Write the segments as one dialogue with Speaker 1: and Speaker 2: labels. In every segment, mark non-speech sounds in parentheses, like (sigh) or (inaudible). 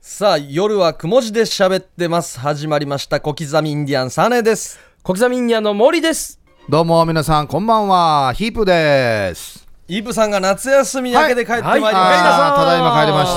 Speaker 1: さあ、夜はくも字で喋ってます。始まりました。小刻みインディアンサネです。
Speaker 2: 小刻みインディアンの森です。
Speaker 3: どうも皆さんこんばんはヒープです。
Speaker 1: イープさんが夏休み明けで帰ってまいりまし
Speaker 2: はい
Speaker 1: た。
Speaker 2: はい
Speaker 3: あーただいま帰りました。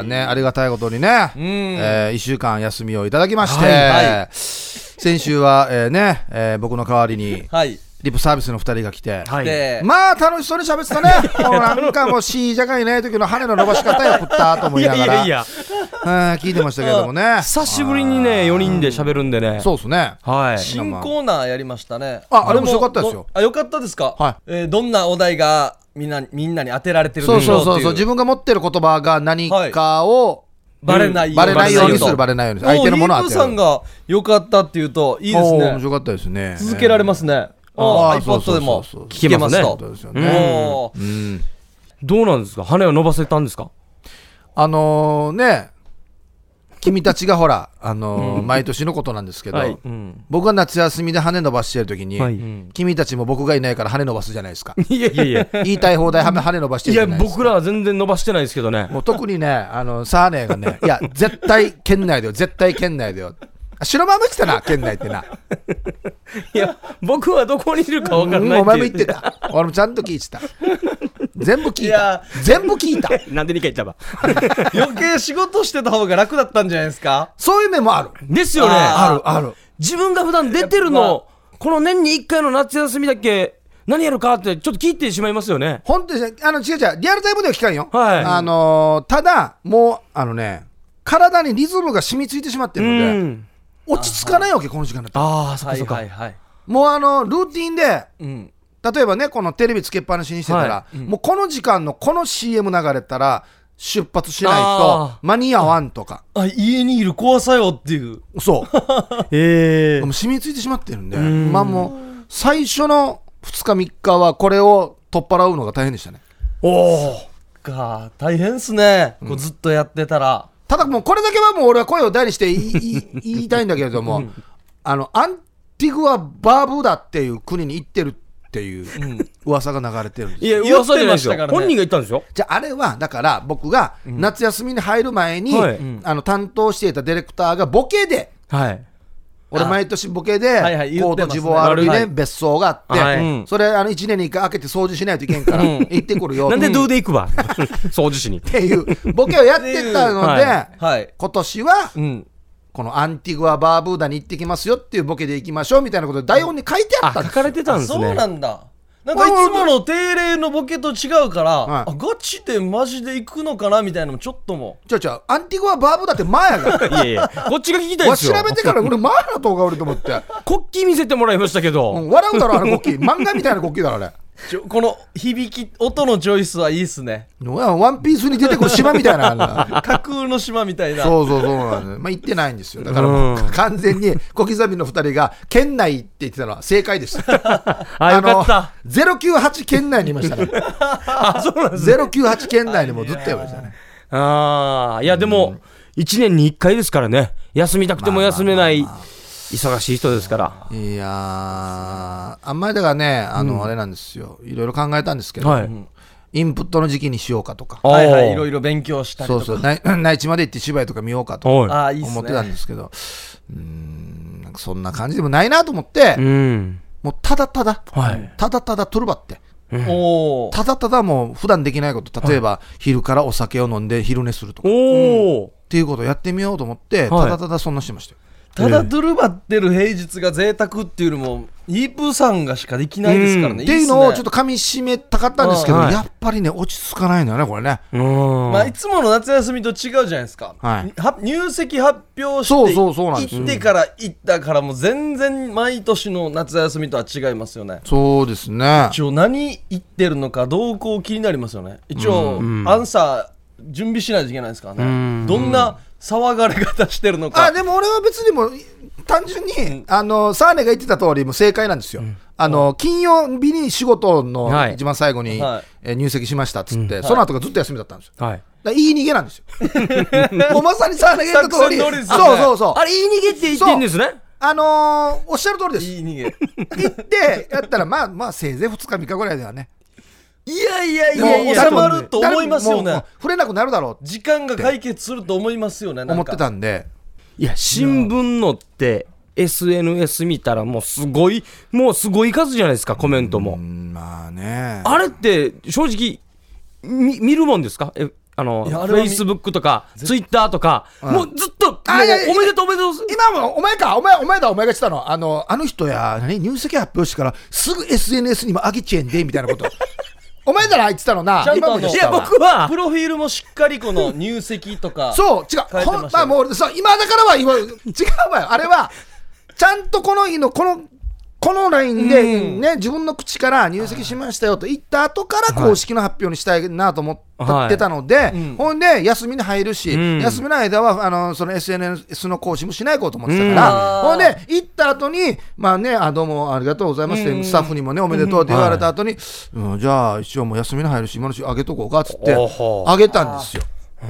Speaker 1: 帰りなさい
Speaker 3: ねありがたいことにね、えー一週間休みをいただきまして、
Speaker 1: はい
Speaker 3: 先週は、えーね、えー僕の代わりに
Speaker 1: はい。
Speaker 3: リップサービスの二人が来て。
Speaker 2: は
Speaker 1: で、
Speaker 3: まあ楽しそうに喋ってたね。もうなんかもう C じゃがいない時の羽の伸ばし方よ食ったと思いながら、
Speaker 2: や、
Speaker 3: うん聞いてましたけれどもね。
Speaker 2: 久しぶりにね、4人で喋るんでね。
Speaker 3: そうですね。
Speaker 2: はい。
Speaker 1: 新コーナーやりましたね。
Speaker 3: ああれも良かったですよ
Speaker 1: どあ、よかったですか
Speaker 3: はい
Speaker 1: えーどんなお題がみんな、みんなに当てられてるん
Speaker 3: そう
Speaker 1: でしょ
Speaker 3: そううそう
Speaker 1: ってい
Speaker 3: そう自分が持ってる言葉が何かを
Speaker 1: バレないように。
Speaker 3: バレないようにするバ
Speaker 1: レ
Speaker 3: レないようにする相手のものを
Speaker 1: イ
Speaker 3: 当
Speaker 1: ープ
Speaker 3: て
Speaker 1: さん
Speaker 3: る
Speaker 1: が良かったっていうと、いいです
Speaker 3: おー面
Speaker 1: ね。
Speaker 3: 白かったですね
Speaker 1: 続けられますね。あ
Speaker 3: あ
Speaker 1: あ、
Speaker 3: ーそう
Speaker 1: iPod
Speaker 3: そうそうそう
Speaker 1: でも聞け
Speaker 2: け
Speaker 1: ま
Speaker 2: ますすね
Speaker 1: と
Speaker 3: そう。ですよ
Speaker 1: お
Speaker 3: ね
Speaker 1: ー
Speaker 3: うん
Speaker 2: どうなんですか羽を伸ばせたんですか
Speaker 3: あのーね君たちがほらあのー毎年のことなんですけど
Speaker 1: はい
Speaker 2: うん。
Speaker 3: 僕が夏休みで羽伸ばしてる時に
Speaker 2: はい
Speaker 3: 君たちも僕がいないから羽伸ばすじゃないですか
Speaker 2: いやいやいや。
Speaker 3: 言いたい放題羽伸ばして
Speaker 2: い
Speaker 3: るじ
Speaker 2: や、
Speaker 3: ゃないです
Speaker 2: 僕
Speaker 3: から
Speaker 2: は全然伸ばしてないですけどね。
Speaker 3: もう特にねあのサーネがねいや絶対県内だよ絶対県内だよあ白豆って言ってたな県内ってない
Speaker 2: や、僕はどこにいるかわか
Speaker 3: うんん、
Speaker 2: ない
Speaker 3: お
Speaker 2: って
Speaker 3: 前
Speaker 2: い
Speaker 3: も
Speaker 2: う
Speaker 3: 言って。た。俺もちゃんと聞いてた。全部
Speaker 1: い
Speaker 3: 聞い
Speaker 1: や
Speaker 3: た。全部聞いた。
Speaker 2: なんで2回言ったば。
Speaker 1: 余計仕事してた方が楽だったんじゃないですか
Speaker 3: そういう面もある。
Speaker 2: ですよ
Speaker 1: あ
Speaker 2: ね。
Speaker 3: ある、ある。
Speaker 2: 自分が普段出てる
Speaker 1: やっ
Speaker 2: の、この年に1回の夏休みだけ、何やるかってちょっと聞いてしまいますよね。
Speaker 3: 本当にね、あの、違う違う、リアルタイムでは聞かんよ。
Speaker 2: はい
Speaker 3: あのーただ、もう、あのね、体にリズムが染みついてしまって
Speaker 2: う
Speaker 3: るので、
Speaker 2: ん。
Speaker 3: 落ち着かないわけ、この時間だと。
Speaker 2: ああ、そっ
Speaker 1: は
Speaker 2: か
Speaker 1: い
Speaker 2: そっ
Speaker 1: はい
Speaker 2: か。
Speaker 1: はい。
Speaker 3: もう、あの、ルーティンで、
Speaker 1: うん。
Speaker 3: 例えばね、このテレビつけっぱなしにしてたら、
Speaker 2: は
Speaker 3: もうこの時間のこの CM 流れたら、出発しないと
Speaker 2: あ
Speaker 3: 間に合わんとか、
Speaker 1: あ、家にいる怖さよっていう。
Speaker 3: そう。 (laughs)
Speaker 2: ええ
Speaker 3: もう。染みついてしまってるんで、
Speaker 2: ん
Speaker 3: まあもう、最初の2日、3日はこれを取っ払うのが大変でしたね。
Speaker 2: おー。
Speaker 1: か、大変っすね。こうずっとやってたら。
Speaker 3: ただもう、これだけはもう俺は声を大にして言いい (laughs) 言いたいんだけれども、あの、アンティグア・バーブーダっていう国に行ってるっていう噂が流れてるんです
Speaker 2: い
Speaker 3: よ。
Speaker 2: や、噂じゃな
Speaker 1: 言っ
Speaker 2: いですよ。
Speaker 1: てましたからね
Speaker 2: 本人が言ったんですよ。
Speaker 3: じゃあ、あれは、だから僕が夏休みに入る前に、
Speaker 2: はい
Speaker 3: あの、担当していたディレクターがボケで、
Speaker 2: はい。
Speaker 3: 俺
Speaker 1: あ
Speaker 3: 毎年ボケ
Speaker 1: はいはい
Speaker 3: で
Speaker 1: 言
Speaker 3: コ
Speaker 1: っ
Speaker 3: ー
Speaker 1: て
Speaker 3: ト
Speaker 1: ます
Speaker 3: ジ
Speaker 1: ね
Speaker 3: ボワールに
Speaker 1: は
Speaker 3: ね
Speaker 1: い
Speaker 3: 別荘があ
Speaker 2: はい
Speaker 3: ってそれあの1年に1回開けて掃除しないといけんから行ってくるよっ
Speaker 2: なんでどう
Speaker 3: て
Speaker 2: で行くば (laughs) 掃除しに。
Speaker 3: いうボケをやってたの
Speaker 2: は
Speaker 3: で
Speaker 1: はい。
Speaker 3: 今年は
Speaker 1: うん。
Speaker 3: このアンティグア・バーブーダに行ってきますよっていうボケで行きましょうみたいなことで台本に書いてあ
Speaker 2: あ、
Speaker 3: っ
Speaker 2: 書
Speaker 3: たんです
Speaker 2: かれ
Speaker 3: よ
Speaker 2: てたんですね。
Speaker 1: そうなんだ。なんかいつもの定例のボケと違うから、
Speaker 3: はい
Speaker 1: あガチでマジで行くのかなみたいなのもちょっとも。
Speaker 3: ちょちょアンティグア・バーブーダって前やが
Speaker 2: いやいや、こっちが聞きたいで
Speaker 3: わ
Speaker 2: すよ。
Speaker 3: 調べてから俺前の動画俺と思って
Speaker 2: 国旗見せてもらいましたけ
Speaker 3: うん
Speaker 2: ど。
Speaker 3: 笑うだろあの国旗漫画みたいな国旗だろあれ
Speaker 1: ちょこの響き、音のチョイスはいいっすね。
Speaker 3: ワンピースに出てくる島みたいなのあるな
Speaker 1: 架空の島みたいな。
Speaker 3: そうそうそうなんです。まあ、行ってないんですよ。だからもう
Speaker 2: うん
Speaker 3: 完全に小刻みの2人が県内って言ってたのは正解でした。
Speaker 2: (laughs) あ、よかった。
Speaker 3: の098県内にいましたね。
Speaker 2: (laughs) あ、そうなんですね。
Speaker 3: 098県内にもずっといましたね。
Speaker 2: ああ、いや、でも、一年に一回ですからね。休みたくても休めない、忙しい人ですから。
Speaker 3: いやー、あんまりだからね、あの、あれなんですよ。いろいろ考えたんですけど、
Speaker 2: はい
Speaker 3: インプットの時期にしようかとか、
Speaker 2: あ
Speaker 1: はいはい。いろいろ勉強したりと
Speaker 3: そ
Speaker 1: か。
Speaker 3: うそう、内 (laughs) 内地まで行って芝居とか見ようかとか
Speaker 2: は
Speaker 1: ああ、いいっすね。
Speaker 3: 思ってたんですけど、うーん、なんかそんな感じでもないなと思って、
Speaker 2: い。うん。
Speaker 3: もうただただ、
Speaker 2: はい
Speaker 3: ただただトルバって、
Speaker 1: おお。
Speaker 3: ただただもう普段できないこと例えば昼からお酒を飲んで昼寝するとかっ
Speaker 2: おー。
Speaker 3: ていうことをやってみようと思って
Speaker 2: はい
Speaker 3: ただただそんなしてましたよ
Speaker 1: ただドゥルバってる平日が贅沢っていうのもイープーさんがしかできないですからね、
Speaker 3: っ
Speaker 1: いい
Speaker 3: てい
Speaker 1: っ
Speaker 3: う
Speaker 1: す
Speaker 3: のを
Speaker 1: ね
Speaker 3: ちょっと噛み締めたかったんですけど
Speaker 2: うんはい
Speaker 3: やっぱりね落ち着かないのよねこれね
Speaker 2: うん。
Speaker 1: まあ、いつもの夏休みと違うじゃないですか、
Speaker 3: はい
Speaker 1: は入籍発表して
Speaker 3: そうそうそうなんです
Speaker 1: 行ってから行ったからもう全然毎年の夏休みとは違いますよね
Speaker 3: そうですね
Speaker 1: 一応何言ってるのか動向気になりますよね一応、アンサー準備しないといけないですからね、どんな騒がれ方してるのか
Speaker 3: あでも俺は別にもう単純にあのサーネが言ってた通りもう正解なんですよあの金曜日に仕事
Speaker 2: は
Speaker 3: の
Speaker 2: い
Speaker 3: 一番最後に
Speaker 1: はい
Speaker 3: えー入籍しましたっつってその後がずっと休みだったんですよ
Speaker 2: はい。
Speaker 3: だからいい逃げなんですよ
Speaker 1: (laughs)
Speaker 3: もうまさにサーネが言った通
Speaker 1: 作
Speaker 3: り
Speaker 1: 戦通りですよね
Speaker 3: そうそうそう
Speaker 2: あれ、言い逃げって言ってんですね。
Speaker 3: あのーおっしゃる通りです。
Speaker 1: いい逃げ
Speaker 3: 行って、やったら、まあまあ、せいぜい2日、3日ぐらいではね、
Speaker 2: いやいやい
Speaker 1: でも
Speaker 2: やいや、
Speaker 1: 収まると思いますよね
Speaker 3: 誰ももう触れなくなるだろう
Speaker 1: 時間が解決すると思いますよね
Speaker 3: と
Speaker 1: なん
Speaker 3: 思っ
Speaker 1: か
Speaker 3: てたんで、
Speaker 2: いや、新聞のって、SNS 見たらもうすごい、もうすごい数じゃないですか、コメントも。
Speaker 3: うんまあね。
Speaker 2: あれって、正直、み見るもんですかえあの、
Speaker 1: いやあれ
Speaker 2: フ
Speaker 1: は
Speaker 2: ェ
Speaker 1: 見
Speaker 2: イスブックとか、ツイッターとか、
Speaker 3: ん
Speaker 2: もうずっと、もう
Speaker 3: あいやいや
Speaker 2: おめでとうおめでとう。
Speaker 3: 今もお前か、お前、お前だ、お前がしたの。あの、あの人や、何、入籍発表してから、すぐ SNS にもあげちゃえんで、みたいなこと。お前だら言ってたのな。
Speaker 1: ちゃんとあの
Speaker 3: 今も言
Speaker 2: い
Speaker 3: って
Speaker 2: や、
Speaker 3: たわ
Speaker 2: 僕は
Speaker 1: プ、ロフィールもしっかりこの入籍と
Speaker 3: (laughs)
Speaker 1: か
Speaker 3: そう、違
Speaker 1: 変えてましたね
Speaker 3: う。ほんまあ、もう俺、そう、今だからは言わ、違うわよ。あれは、ちゃんとこの日の、この、このラインで、
Speaker 1: うん
Speaker 3: ね、自分の口から入籍しましたよと言った後から
Speaker 2: はい
Speaker 3: 公式の発表にしたいなと思って
Speaker 2: はい
Speaker 3: たので、
Speaker 1: うん
Speaker 3: ほんで、休みに入るし、
Speaker 2: うん
Speaker 3: 休みの間は、あの、その SNS の講師もしないこと思ってたか
Speaker 1: う
Speaker 3: ら、
Speaker 1: ん
Speaker 3: ほんで、行った後に、まあね、あ、どうもありがとうございますって、
Speaker 1: うん
Speaker 3: スタッフにもね、おめでとうって言われた後に、うんじゃあ、一応もう休みに入るし、今のうちあげとこうかっつって
Speaker 2: おほ、
Speaker 3: あげたんですよ。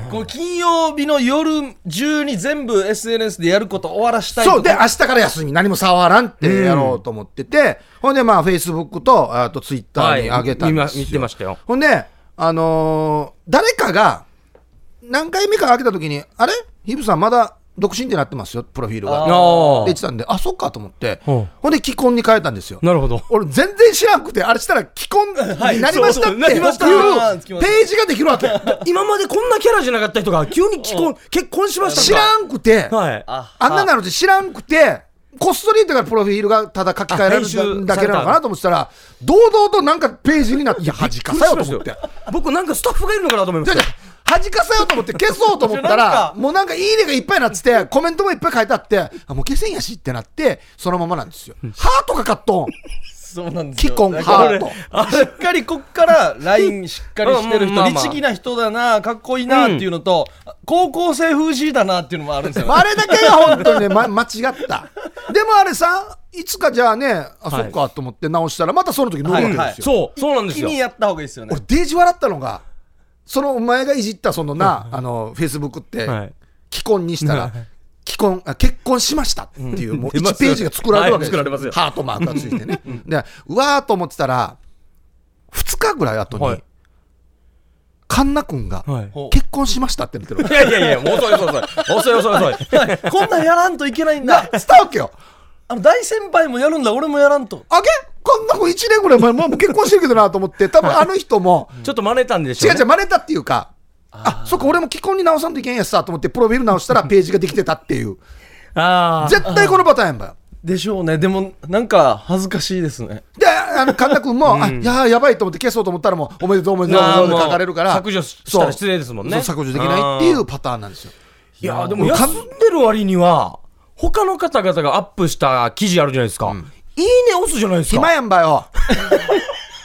Speaker 1: こう金曜日の夜中に全部 SNS でやること終わらしたいと
Speaker 3: そう、で、明日から休み、何も触らんってやろうと思ってて、ほんで、まあ、Facebook と、あと Twitter に上げたんです
Speaker 2: 見
Speaker 3: よ、
Speaker 2: ま見てましたよ。
Speaker 3: ほんで、あのー誰かが、何回目か上げた時に、あれヒブさん、まだ独身ってなってますよ、プロフィールが。
Speaker 1: あ
Speaker 3: っ
Speaker 1: ー
Speaker 3: て
Speaker 2: あ
Speaker 3: 言ってたんで、あ、そっかと思って、
Speaker 2: うん
Speaker 3: ほんで、既婚に変えたんですよ
Speaker 2: あ、。なるほど。
Speaker 3: 俺、全然知らなくて、あれしたら既婚になりました
Speaker 1: はいそうそ
Speaker 3: って
Speaker 1: うなりました
Speaker 3: いうページができる
Speaker 1: (laughs)
Speaker 3: わけ。
Speaker 2: 今までこんなキャラじゃなかった人が急に既婚結婚しましたとか
Speaker 3: 知らんくて、
Speaker 2: はい。
Speaker 1: あ
Speaker 3: あんななのって知らんくて、こっそりだからプロフィールがただ書き換えら
Speaker 2: あ編集さ
Speaker 3: れ
Speaker 2: れた
Speaker 3: るだけなのかなと思ってたら、堂々となんかページになって、いや、恥かさようと思っ
Speaker 2: びっ
Speaker 3: て。
Speaker 2: くりしましたよ僕なんかスタッフがいるのかなと思いま
Speaker 3: じ
Speaker 2: し
Speaker 3: ゃ
Speaker 2: た
Speaker 3: あじゃ
Speaker 2: よ。
Speaker 3: あ恥かさようと思って消そうと思った、
Speaker 1: なんから
Speaker 3: もうなんかいいねがいっぱいになってて、コメントもいっぱい書いてあって、あもう消せんやしってなって、そのままなんですよ。ハートかかっとん。
Speaker 1: そうなんです
Speaker 3: 既
Speaker 1: よ
Speaker 3: 婚
Speaker 1: だ
Speaker 3: ハ
Speaker 1: から
Speaker 3: ート。
Speaker 1: しっかりこっから LINE (laughs) しっかりしてる
Speaker 2: う
Speaker 1: 人
Speaker 2: んまあまあ
Speaker 1: 律儀な人だなかっこいいなっていうのと高校生風じいだなっていうのもあるんですよ
Speaker 3: あれだけが本当にね、ま、間違った。でもあれさ、いつかじゃあね、あ、
Speaker 2: はい
Speaker 3: そっかと思って直したら、またその時乗るわけですよ。
Speaker 1: はいはい
Speaker 2: そう、そうなんです
Speaker 1: 気
Speaker 2: よ。
Speaker 1: にやった方がいいですよね
Speaker 3: 俺デージ笑ったのがそのお前がいじったそのな、あのフェイスブックって、
Speaker 2: はい
Speaker 3: 既婚にしたら既婚あ結婚しましたっていう、もう
Speaker 2: 出ま
Speaker 3: 1
Speaker 2: すよ
Speaker 3: ページが作られるわけです,、
Speaker 2: はい作られますよ
Speaker 3: ハートマークがついてねでうわーと思ってたら2日ぐらい後に、
Speaker 2: はい
Speaker 3: カンナ君が、
Speaker 2: はい
Speaker 1: ほう
Speaker 3: 結婚しましたって言ってる
Speaker 2: いやいやいや、もう遅い遅い遅い。遅い遅い遅い。
Speaker 1: (laughs) こんなんやらんといけないん
Speaker 3: な
Speaker 1: だ
Speaker 3: 伝わっけよ
Speaker 1: あの大先輩もやるんだ俺もやらんと
Speaker 3: あげカンナ君1年ぐらい前もう結婚してるけどなと思って多分あの人も、
Speaker 2: ちょっと真似たんでし
Speaker 3: 違
Speaker 2: ょ
Speaker 3: う
Speaker 2: う
Speaker 3: 違う
Speaker 2: ね。
Speaker 3: 真似たっていうかあそっか俺も既婚に直さんといけんやつさと思ってプロフィール直したらページができてたっていう
Speaker 2: ああ。
Speaker 3: 絶対このパターンやんばよ。
Speaker 1: でしょうねでもなんか恥ずかしいですね
Speaker 3: で、あの神田君も、あいやー、やばいと思って消そうと思ったら、もう、おめでとう、おめでとう、おめでとうって
Speaker 2: あーもう
Speaker 3: 書かれるから、
Speaker 2: 削除したら失礼ですもんね
Speaker 3: そうそう削除できないっていうパターンなんですよ。
Speaker 2: いや、でも休んでる割には、他の方々がアップした記事あるじゃないですか。いいね押すじゃないですか。
Speaker 3: 暇やんばよ。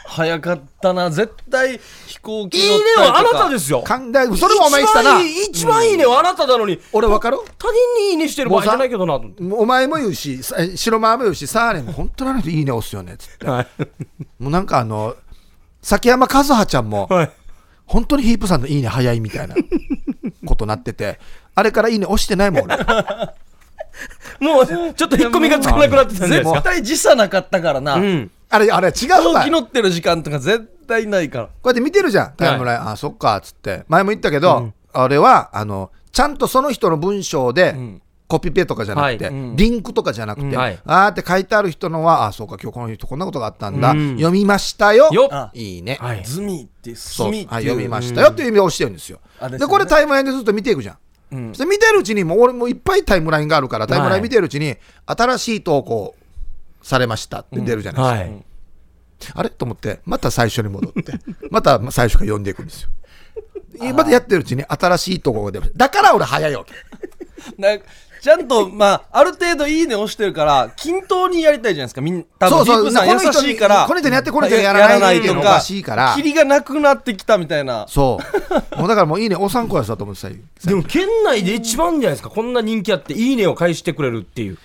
Speaker 1: 早かったな絶対飛行機
Speaker 2: いい
Speaker 1: 乗
Speaker 2: ね
Speaker 1: ったりと
Speaker 2: は
Speaker 1: か
Speaker 2: あなたですよ。
Speaker 3: 神田それもお前言ってたな。
Speaker 2: 一番いい一番いいねはあなたなのに、
Speaker 3: 俺わかる
Speaker 2: 他人にいいねしてる場合じゃないけどなと思って。
Speaker 3: もうお前も言うし、さ白マーも言うし、サーレンも本当にあの人いいね押すよね、つって。
Speaker 2: はい。
Speaker 3: もうなんかあの、崎山和葉ちゃんも、
Speaker 2: はい。
Speaker 3: 本当にヒープさんのいいね早いみた
Speaker 2: (laughs)
Speaker 3: いなことなってて、あれからいいね押してないもん、俺。
Speaker 2: (laughs) もう、ちょっと引っ込みがつかなくなってたんじゃないです
Speaker 1: 絶
Speaker 2: か。
Speaker 1: 対時差なかったからな、
Speaker 2: うん。
Speaker 3: あれ、あれ違
Speaker 1: 飛
Speaker 3: う
Speaker 1: 行
Speaker 3: わ
Speaker 1: 機。乗ってる時間とか絶対ないから
Speaker 3: こうやって見てるじゃん、タイムライン、あ、そっか、つって。前も言ったけど、あれは、あの、ちゃんとその人の文章で、コピペとかじゃなくて、
Speaker 2: はい
Speaker 1: うん
Speaker 3: リンクとかじゃなくて、
Speaker 2: うんはい
Speaker 3: あーって書いてある人のは、あ、そうか、今日この人こんなことがあったんだ、
Speaker 2: うん
Speaker 3: 読みましたよ。
Speaker 2: よ
Speaker 1: あ
Speaker 3: いいね。
Speaker 2: はい
Speaker 1: ズミってス
Speaker 3: そう
Speaker 1: ミっていう、
Speaker 3: はい、読みましたよという意味で押してるんですよ。
Speaker 1: あ
Speaker 3: で
Speaker 1: ですよね
Speaker 3: これタイムラインでずっと見ていくじゃん。
Speaker 1: うん
Speaker 3: そして見てるうちに、もう俺もいっぱいタイムラインがあるから、タイムライン見てるうちに、新しい投稿されましたって出るじゃないですか。
Speaker 2: はい。
Speaker 3: あれと思って、また最初に戻って、 (laughs) また最初から読んでいくんですよ。またやってるうちに新しいところが出ましただから俺早いわけ。
Speaker 1: なちゃんと、まあ、ある程度いいね押してるから、均等にやりたいじゃないですか、みん多分
Speaker 3: そうそう
Speaker 1: ディープさん
Speaker 3: この人
Speaker 1: 優
Speaker 3: に
Speaker 1: しいから、
Speaker 3: この人にやってこの人に
Speaker 1: や
Speaker 3: や
Speaker 1: や
Speaker 3: らない
Speaker 1: らない
Speaker 3: ってい
Speaker 1: と
Speaker 3: うのお
Speaker 1: か、
Speaker 3: かしいから
Speaker 1: キリがなくなってきたみたいな、
Speaker 3: そう。もうだからもういいね、おさんこやさと思ってたよ
Speaker 2: でも県内で一番じゃないですか、こんな人気あって、いいねを返してくれるっていう。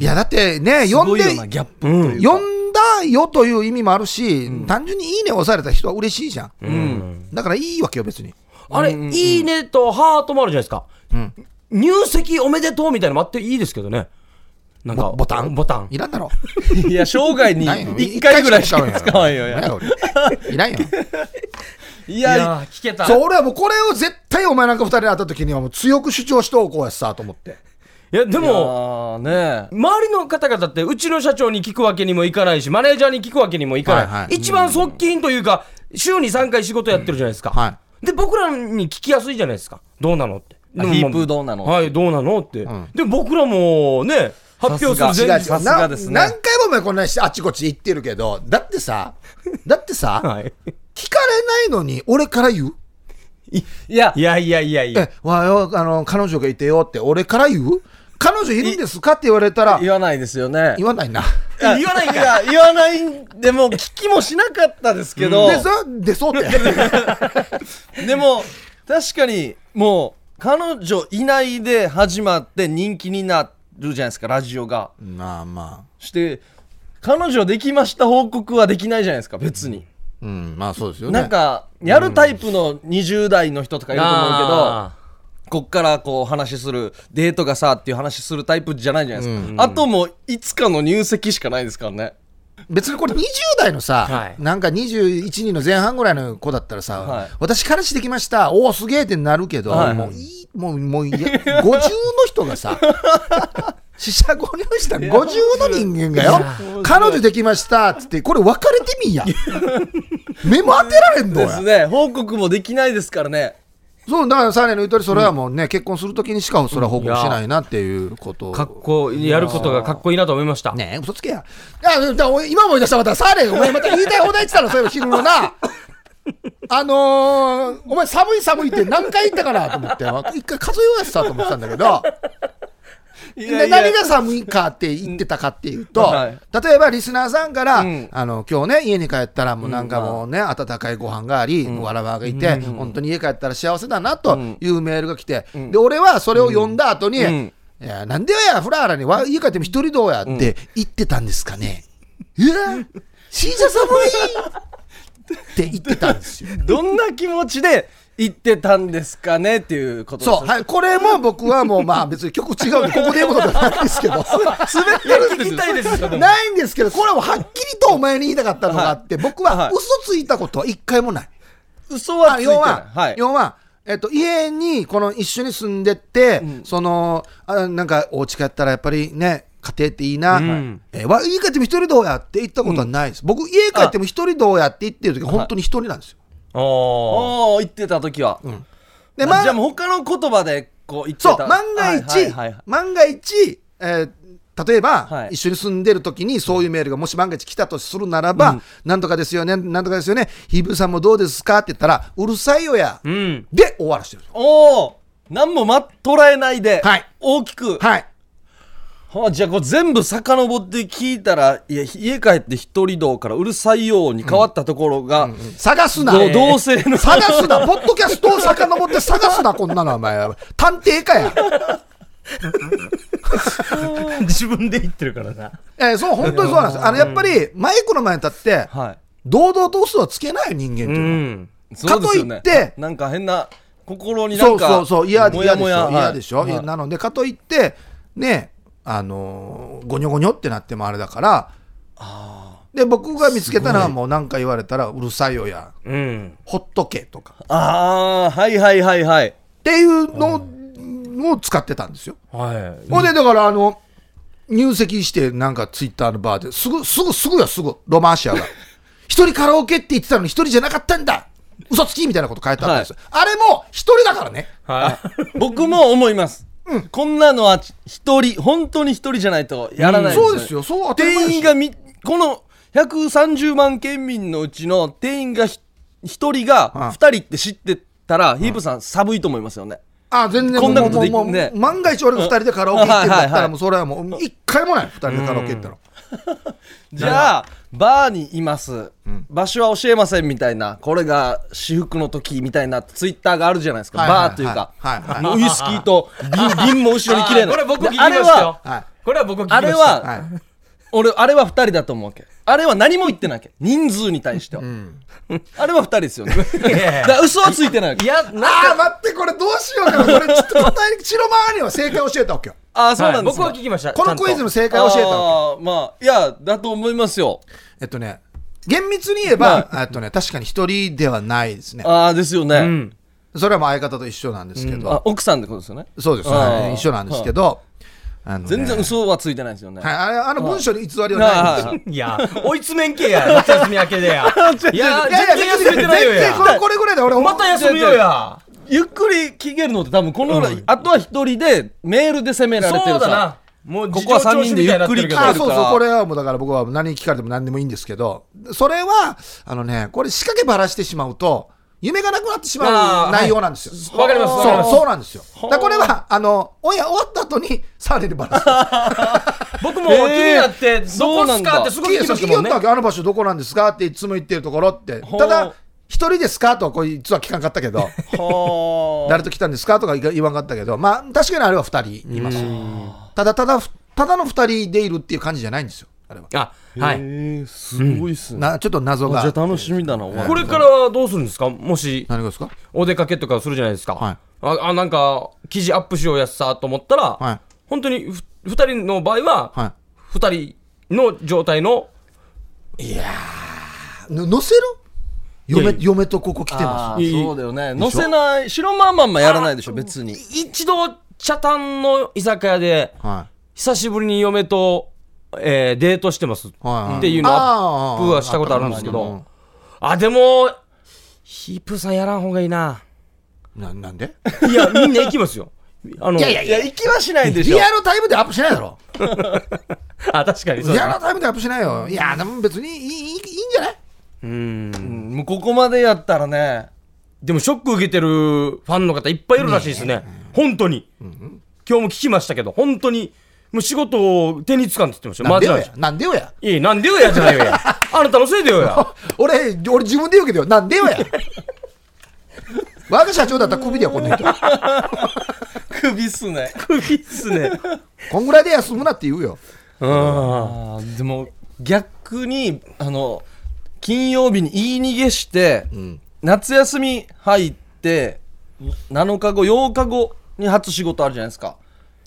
Speaker 3: いや、だってね、
Speaker 1: す
Speaker 3: 読
Speaker 1: ご
Speaker 3: ん
Speaker 1: い
Speaker 3: で、
Speaker 1: よな、ギャップというか
Speaker 3: 読んだよという意味もあるし、単純にいいね押された人は嬉しいじゃん。だからいいわけよ、別に。
Speaker 2: あれ、いいねとハートもあるじゃないですか。入籍おめでとうみたいなのもあっていいですけどね。なんか
Speaker 3: ボボタン
Speaker 2: ボタン
Speaker 3: (laughs) いらんだろ。
Speaker 1: いや、生涯に
Speaker 3: ないよ
Speaker 1: 1回ぐらいしか
Speaker 3: 一回し
Speaker 1: 使
Speaker 3: か
Speaker 1: わんよ。い
Speaker 3: なん
Speaker 1: や
Speaker 3: や俺
Speaker 1: (laughs)
Speaker 3: いらんよ。
Speaker 1: い
Speaker 2: いや
Speaker 1: や、
Speaker 2: ー聞けた
Speaker 3: そう、俺はもうこれを絶対お前なんか二人で会った時にはもう強く主張しておこうやしさと思って。
Speaker 2: いやでも
Speaker 1: もう、ねえ
Speaker 2: 周りの方々ってうちの社長に聞くわけにもいかないしマネージャーに聞くわけにもいかない、
Speaker 3: はいはい
Speaker 2: 一番側近というか週に3回仕事やってるじゃないですか、
Speaker 3: は
Speaker 2: で僕らに聞きやすいじゃないですかどうなのって
Speaker 1: あヒープーどうなの
Speaker 2: はいどうなのって、
Speaker 3: ん
Speaker 2: で僕らもね発表
Speaker 1: さ
Speaker 2: す
Speaker 1: す
Speaker 2: る
Speaker 3: 違う
Speaker 2: 前日
Speaker 3: 違う
Speaker 1: さすがですね
Speaker 3: な何回もお前こんなにあっちこっち行ってるけど、だってさ、だってさ、
Speaker 2: はい
Speaker 3: 聞かれないのに俺から言う
Speaker 1: いや
Speaker 2: い、やいやいやいや
Speaker 3: え、わよ、あの、彼女がいてよって俺から言う彼女いるんですかって言われたら、
Speaker 1: 言わないですよね。
Speaker 3: 言わないな。
Speaker 2: 言わない
Speaker 1: いや、言わないんでも、聞きもしなかったですけど、
Speaker 3: で、さ、で、そう
Speaker 1: (laughs)
Speaker 3: って。
Speaker 1: でも、確かに、もう、彼女いないで始まって人気になるじゃないですか、ラジオが。
Speaker 3: まあま
Speaker 1: して、彼女できました報告はできないじゃないですか、別に。
Speaker 3: あ、うん、まあそうですよね。
Speaker 1: なんか、やるタイプの20代の人とかいると思うけど、
Speaker 2: あ
Speaker 1: こっからこう話しする、デートがさっていう話するタイプじゃないじゃないですか。あともう、いつかの入籍しかないですからね。
Speaker 3: 別にこれ20代のさ、
Speaker 2: はい
Speaker 3: なんか21人の前半ぐらいの子だったらさ、
Speaker 1: はい
Speaker 3: 私彼氏できましたおおすげえってなるけど、
Speaker 1: はい
Speaker 3: もういいもうもういや50の人
Speaker 1: (laughs)
Speaker 3: がさ死者5入した50の人間がよ彼女できましたっつってこれ別れてみんや目も当てられんの
Speaker 1: で
Speaker 3: や
Speaker 1: すね。報告もできないですからね。
Speaker 3: そうだからサーレの言うとりそれはもうね、結婚するときにしかそれは報告しないなっていうことを
Speaker 2: ーかっこいいやることがかっこいいなと思いました、
Speaker 3: ねえ、嘘つけや。あ、だから俺今思い出したまた、サーレン、お前また言いたい放題言ってたの、そういえば昼のな。あのー、お前寒い寒いって何回言ったかなと思って、一回数えようやつさと思ってたんだけど、
Speaker 1: い
Speaker 3: で何が寒いかって言ってたかっていうと、
Speaker 1: はい
Speaker 3: 例えばリスナーさんから、
Speaker 1: うん
Speaker 3: あの、今日ね、家に帰ったらもうなんかもうね、温かいご飯があり、わらわがいて、本当に家帰ったら幸せだなというメールが来て、で、俺はそれを読んだ後に、
Speaker 1: うん
Speaker 3: いや、なんでよや、フラーラにわ家帰っても一人どうやって言ってたんですかね。いや、死者寒いって言ってたんですよ。
Speaker 1: (laughs) どんな気持ちで行ってたんですかねっていうことです
Speaker 3: そう、はい、これも僕はもうまあ別に曲違うんで、ここで言うことではないんで
Speaker 1: (laughs)
Speaker 3: すけど。
Speaker 2: いや聞きたいですよでも
Speaker 3: ないんですけど、これはもうはっきりとお前に言いたかったのがあって、僕は
Speaker 1: はい
Speaker 3: 嘘ついたことは一回もない。
Speaker 1: 嘘はついて
Speaker 3: 要
Speaker 1: ない。
Speaker 3: は、
Speaker 1: はい。
Speaker 3: 要は、えっと、家にこの一緒に住んでって、そのあ、なんかお家帰ったらやっぱりね、家庭っていいな、
Speaker 2: ん
Speaker 3: えーわ家帰っても一人どうやって言ったことはないです。僕、家帰っても一人どうやって言ってる時は本当に一人なんですよ。
Speaker 2: あー
Speaker 1: おー行ってた時は。
Speaker 3: で、
Speaker 1: ま
Speaker 3: ま
Speaker 1: あ、じゃあ
Speaker 3: あ、
Speaker 1: もう他の言葉でこう言ってた。
Speaker 3: そう、万が一、
Speaker 1: はいはいはい
Speaker 3: 万が一、えー例えば、
Speaker 1: はい
Speaker 3: 一緒に住んでる時にそういうメールがもし万が一来たとするならば、なんとかですよね、なんとかですよね、ヒブさんもどうですかって言ったら、うるさいよや、 (laughs)
Speaker 2: うん
Speaker 3: で終わらしてる。
Speaker 1: おお何もま捉えないで、
Speaker 3: はい
Speaker 1: 大きく、
Speaker 3: はい。
Speaker 1: はあ、じゃあこう全部遡って聞いたらいや家帰って一人道からうるさいように変わったところが、
Speaker 3: 探すな。
Speaker 1: ど同性の
Speaker 3: 探すな、ポッドキャストを遡って探すな、こんなの、お前。探偵かや。
Speaker 2: 自分で言ってるからな
Speaker 3: えーそう、本当にそうなんです。あの、やっぱり、マイクの前に立って、
Speaker 1: (laughs) はい
Speaker 3: 堂々と嘘はつけない人間っていう
Speaker 2: う
Speaker 3: の
Speaker 1: そ
Speaker 2: ん
Speaker 3: は
Speaker 1: うですよね
Speaker 3: かといって
Speaker 1: なんか変な心にな
Speaker 3: そ
Speaker 1: ん
Speaker 3: う
Speaker 1: か
Speaker 3: そうそう、嫌で
Speaker 1: も
Speaker 3: 嫌
Speaker 1: や
Speaker 3: でし
Speaker 1: も
Speaker 3: ょ。
Speaker 1: や
Speaker 3: 嫌でしょ
Speaker 1: はいはい
Speaker 3: なので、かといって、ね、あのー、ごにょごにょってなってもあれだから、で、僕が見つけたのは、もう何か言われたら、うるさいよや、
Speaker 2: うん
Speaker 3: ほっとけとか、
Speaker 1: ああはいはいはいはい
Speaker 3: っていうのを使ってたんですよ。
Speaker 2: はい
Speaker 3: ほんで、だから、あの、入籍して、なんかツイッターのバーで、すぐ、すぐ、すぐよ、すぐ、ロマンシアが。 (laughs) 一人カラオケって言ってたのに、一人じゃなかったんだ嘘つきみたいなこと書いてあったんですよ。あれも、一人だからね。
Speaker 2: は
Speaker 1: 僕も思います、こんなのは一人本当に一人じゃないとやらないですよね、
Speaker 3: そうですよ、そう当たり前で
Speaker 1: 店
Speaker 3: す
Speaker 1: 員
Speaker 3: よ
Speaker 1: がみこの130万県民のうちの店員がひ一人
Speaker 3: うん
Speaker 1: が二人って知ってたら、ヒープさん寒いと思いますよね
Speaker 3: あ全然
Speaker 1: こんなことできん
Speaker 3: もうもう
Speaker 1: ね
Speaker 3: もう万が一俺が2人でカラオケ行ってんだ
Speaker 1: はいは
Speaker 3: った
Speaker 1: いは
Speaker 3: ら
Speaker 1: い
Speaker 3: もうそれはもう一回もない2人でカラオケ行ったら
Speaker 1: じゃあバーにいます、場所は教えませんみたいなこれが私服の時みたいなツイッターがあるじゃないですか、
Speaker 3: はいはいはい
Speaker 1: バーというか、
Speaker 3: はいはい
Speaker 1: もうウイスキーと瓶瓶も後ろに
Speaker 2: い
Speaker 1: 綺
Speaker 3: (laughs)
Speaker 1: 麗な
Speaker 2: これ僕聞き
Speaker 1: で
Speaker 2: ま
Speaker 1: あ
Speaker 2: し
Speaker 1: れ
Speaker 2: た
Speaker 1: は
Speaker 2: よ
Speaker 3: はい
Speaker 2: これは僕聞きました
Speaker 1: あれは、
Speaker 3: はい
Speaker 1: 俺あれは二人だと思うわけあれは何も言ってないわけ人数に対しては、あれは二人
Speaker 3: (laughs)
Speaker 1: ですよね
Speaker 2: いやいや
Speaker 1: だから嘘はついてないわけ
Speaker 2: いやなん
Speaker 3: ああ
Speaker 2: か
Speaker 1: (laughs)
Speaker 3: 待ってこれどうしようかなこれちょっと答えに白間兄は正解教えたわけよ
Speaker 1: ああそうなんです
Speaker 2: 僕
Speaker 1: か、
Speaker 2: は聞きました。
Speaker 3: このクイズの
Speaker 2: ち
Speaker 3: 正解を教えたわけ
Speaker 1: あーまあいやだと思いますよ
Speaker 3: えっとね、厳密に言えば、えっとね、確かに一人ではないですね。
Speaker 1: ああですよね、
Speaker 2: ゃんと
Speaker 3: それはもう相方と一緒なんですけ
Speaker 1: あ
Speaker 3: ど、
Speaker 1: 奥さんってことですよね
Speaker 3: そうです、
Speaker 1: あー
Speaker 3: ね、一緒なんですけど、あのね
Speaker 1: 全然嘘はついてないですよね、
Speaker 3: はい、あれあの文章に偽りはないんです
Speaker 1: は
Speaker 3: よ。
Speaker 1: い
Speaker 2: うん。いや、追い詰めんけや、夏休み明
Speaker 1: (laughs)
Speaker 2: けでや。いや、
Speaker 3: いやいや
Speaker 2: 全然休めてないよ
Speaker 3: 全然こ
Speaker 2: や。
Speaker 3: れこれぐらいで俺、
Speaker 2: また休みよや。
Speaker 1: ゆっくり聞けるのって多分この、あとは一人でメールで責められて
Speaker 2: そう
Speaker 1: る
Speaker 2: だ
Speaker 1: さ
Speaker 2: な。もう
Speaker 1: ここは三人でゆっくり聞ける
Speaker 3: あ
Speaker 1: か
Speaker 3: そうそう、これはもうだから僕は何聞かれても何でもいいんですけど、それは、あのね、これ仕掛けばらしてしまうと、夢がなくなってしま
Speaker 2: あー
Speaker 3: う内容なんですよ。
Speaker 2: らわかります、わかり
Speaker 3: そう
Speaker 2: ます。
Speaker 3: そうなんですよ。だからこれは、あの、オンエア終わった後に、サーレでばらす。
Speaker 2: 僕も気になって、ど
Speaker 1: そ
Speaker 2: こ
Speaker 1: う
Speaker 2: で
Speaker 1: な
Speaker 2: す
Speaker 1: ん
Speaker 2: か
Speaker 1: だ
Speaker 2: ってすごい
Speaker 3: 聞
Speaker 2: 聞
Speaker 3: い
Speaker 2: きました
Speaker 3: た
Speaker 2: も
Speaker 3: わ
Speaker 2: んね。
Speaker 3: け、あの場所どこなんですかっていつも言ってるところって。
Speaker 1: ほう
Speaker 3: ただ、一人ですかとはこれ実は聞かんかったけど、
Speaker 1: は
Speaker 3: 誰と来たんですかとか言わんかったけど、まあ、確かにあれは二人います。ただ、ただ、ただの二人でいるっていう感じじゃないんですよ。あれは。
Speaker 2: あ、
Speaker 1: あ
Speaker 2: は
Speaker 1: へ
Speaker 2: い。
Speaker 1: ーすごいっすね、
Speaker 3: なちょっと謎
Speaker 1: あ
Speaker 3: が。
Speaker 1: じゃあ楽しみだな、
Speaker 2: これからはどうするんですかもし、
Speaker 3: 何がですか
Speaker 2: お出かけとかするじゃないですか。
Speaker 3: はい
Speaker 2: あ、あなんか、記事アップしようやつさと思ったら、
Speaker 3: はい
Speaker 2: 本当にふ二人の場合は、
Speaker 3: は
Speaker 2: 二人の状態の、
Speaker 3: い。の載せる
Speaker 2: いや
Speaker 3: 嫁
Speaker 2: いや
Speaker 3: 嫁とここ来て
Speaker 1: あ
Speaker 3: ま
Speaker 1: ーそうだよね載せない白まんまんまやらないでしょ別に
Speaker 2: 一度、茶炭の居酒屋で、
Speaker 3: す。はい。
Speaker 2: 久しぶりに嫁と、えーデートしてますっ
Speaker 3: はいはい
Speaker 2: ていうのを
Speaker 3: あー
Speaker 2: アップはしたことあるんですけ
Speaker 3: あったな
Speaker 2: ど、あ、でも、ヒープーさんやらんほうがいいな。
Speaker 3: ななんで
Speaker 2: い
Speaker 3: (laughs)
Speaker 2: や、みんな行きますよ。あの、
Speaker 3: いやいや
Speaker 1: いや行きはしないでしょ
Speaker 3: リアルタイムでアップしないだろ。
Speaker 2: あ、確かにそう
Speaker 3: リア
Speaker 2: だ
Speaker 3: ルタイムでアップしないよ。いや、でも別にいいいいいいんじゃない
Speaker 1: うんもうここまでやったらね
Speaker 2: でもショック受けてるファンの方いっぱいいるらしいですね。本当に。今日も聞きましたけど、本当に、もう仕事を手につかんって言ってましたよ。
Speaker 3: な
Speaker 2: マ
Speaker 3: ん
Speaker 2: ジなん
Speaker 3: でよ
Speaker 2: で
Speaker 3: や。なんでよや。 (laughs)
Speaker 2: いい、なんでよやじゃないよや。あなたのせいでよや。
Speaker 3: 俺、俺自分で言うけどよ、なんでよや。我が社長だったらクビだよ、この人。
Speaker 1: 首っすね
Speaker 2: 首っす
Speaker 1: (laughs)
Speaker 2: ね。
Speaker 3: こんぐらいで休むなって言うよ。
Speaker 2: うん。
Speaker 1: あーでも逆にあの金曜日に言い逃げして、夏休み入って7日後8日後に初仕事あるじゃないですか、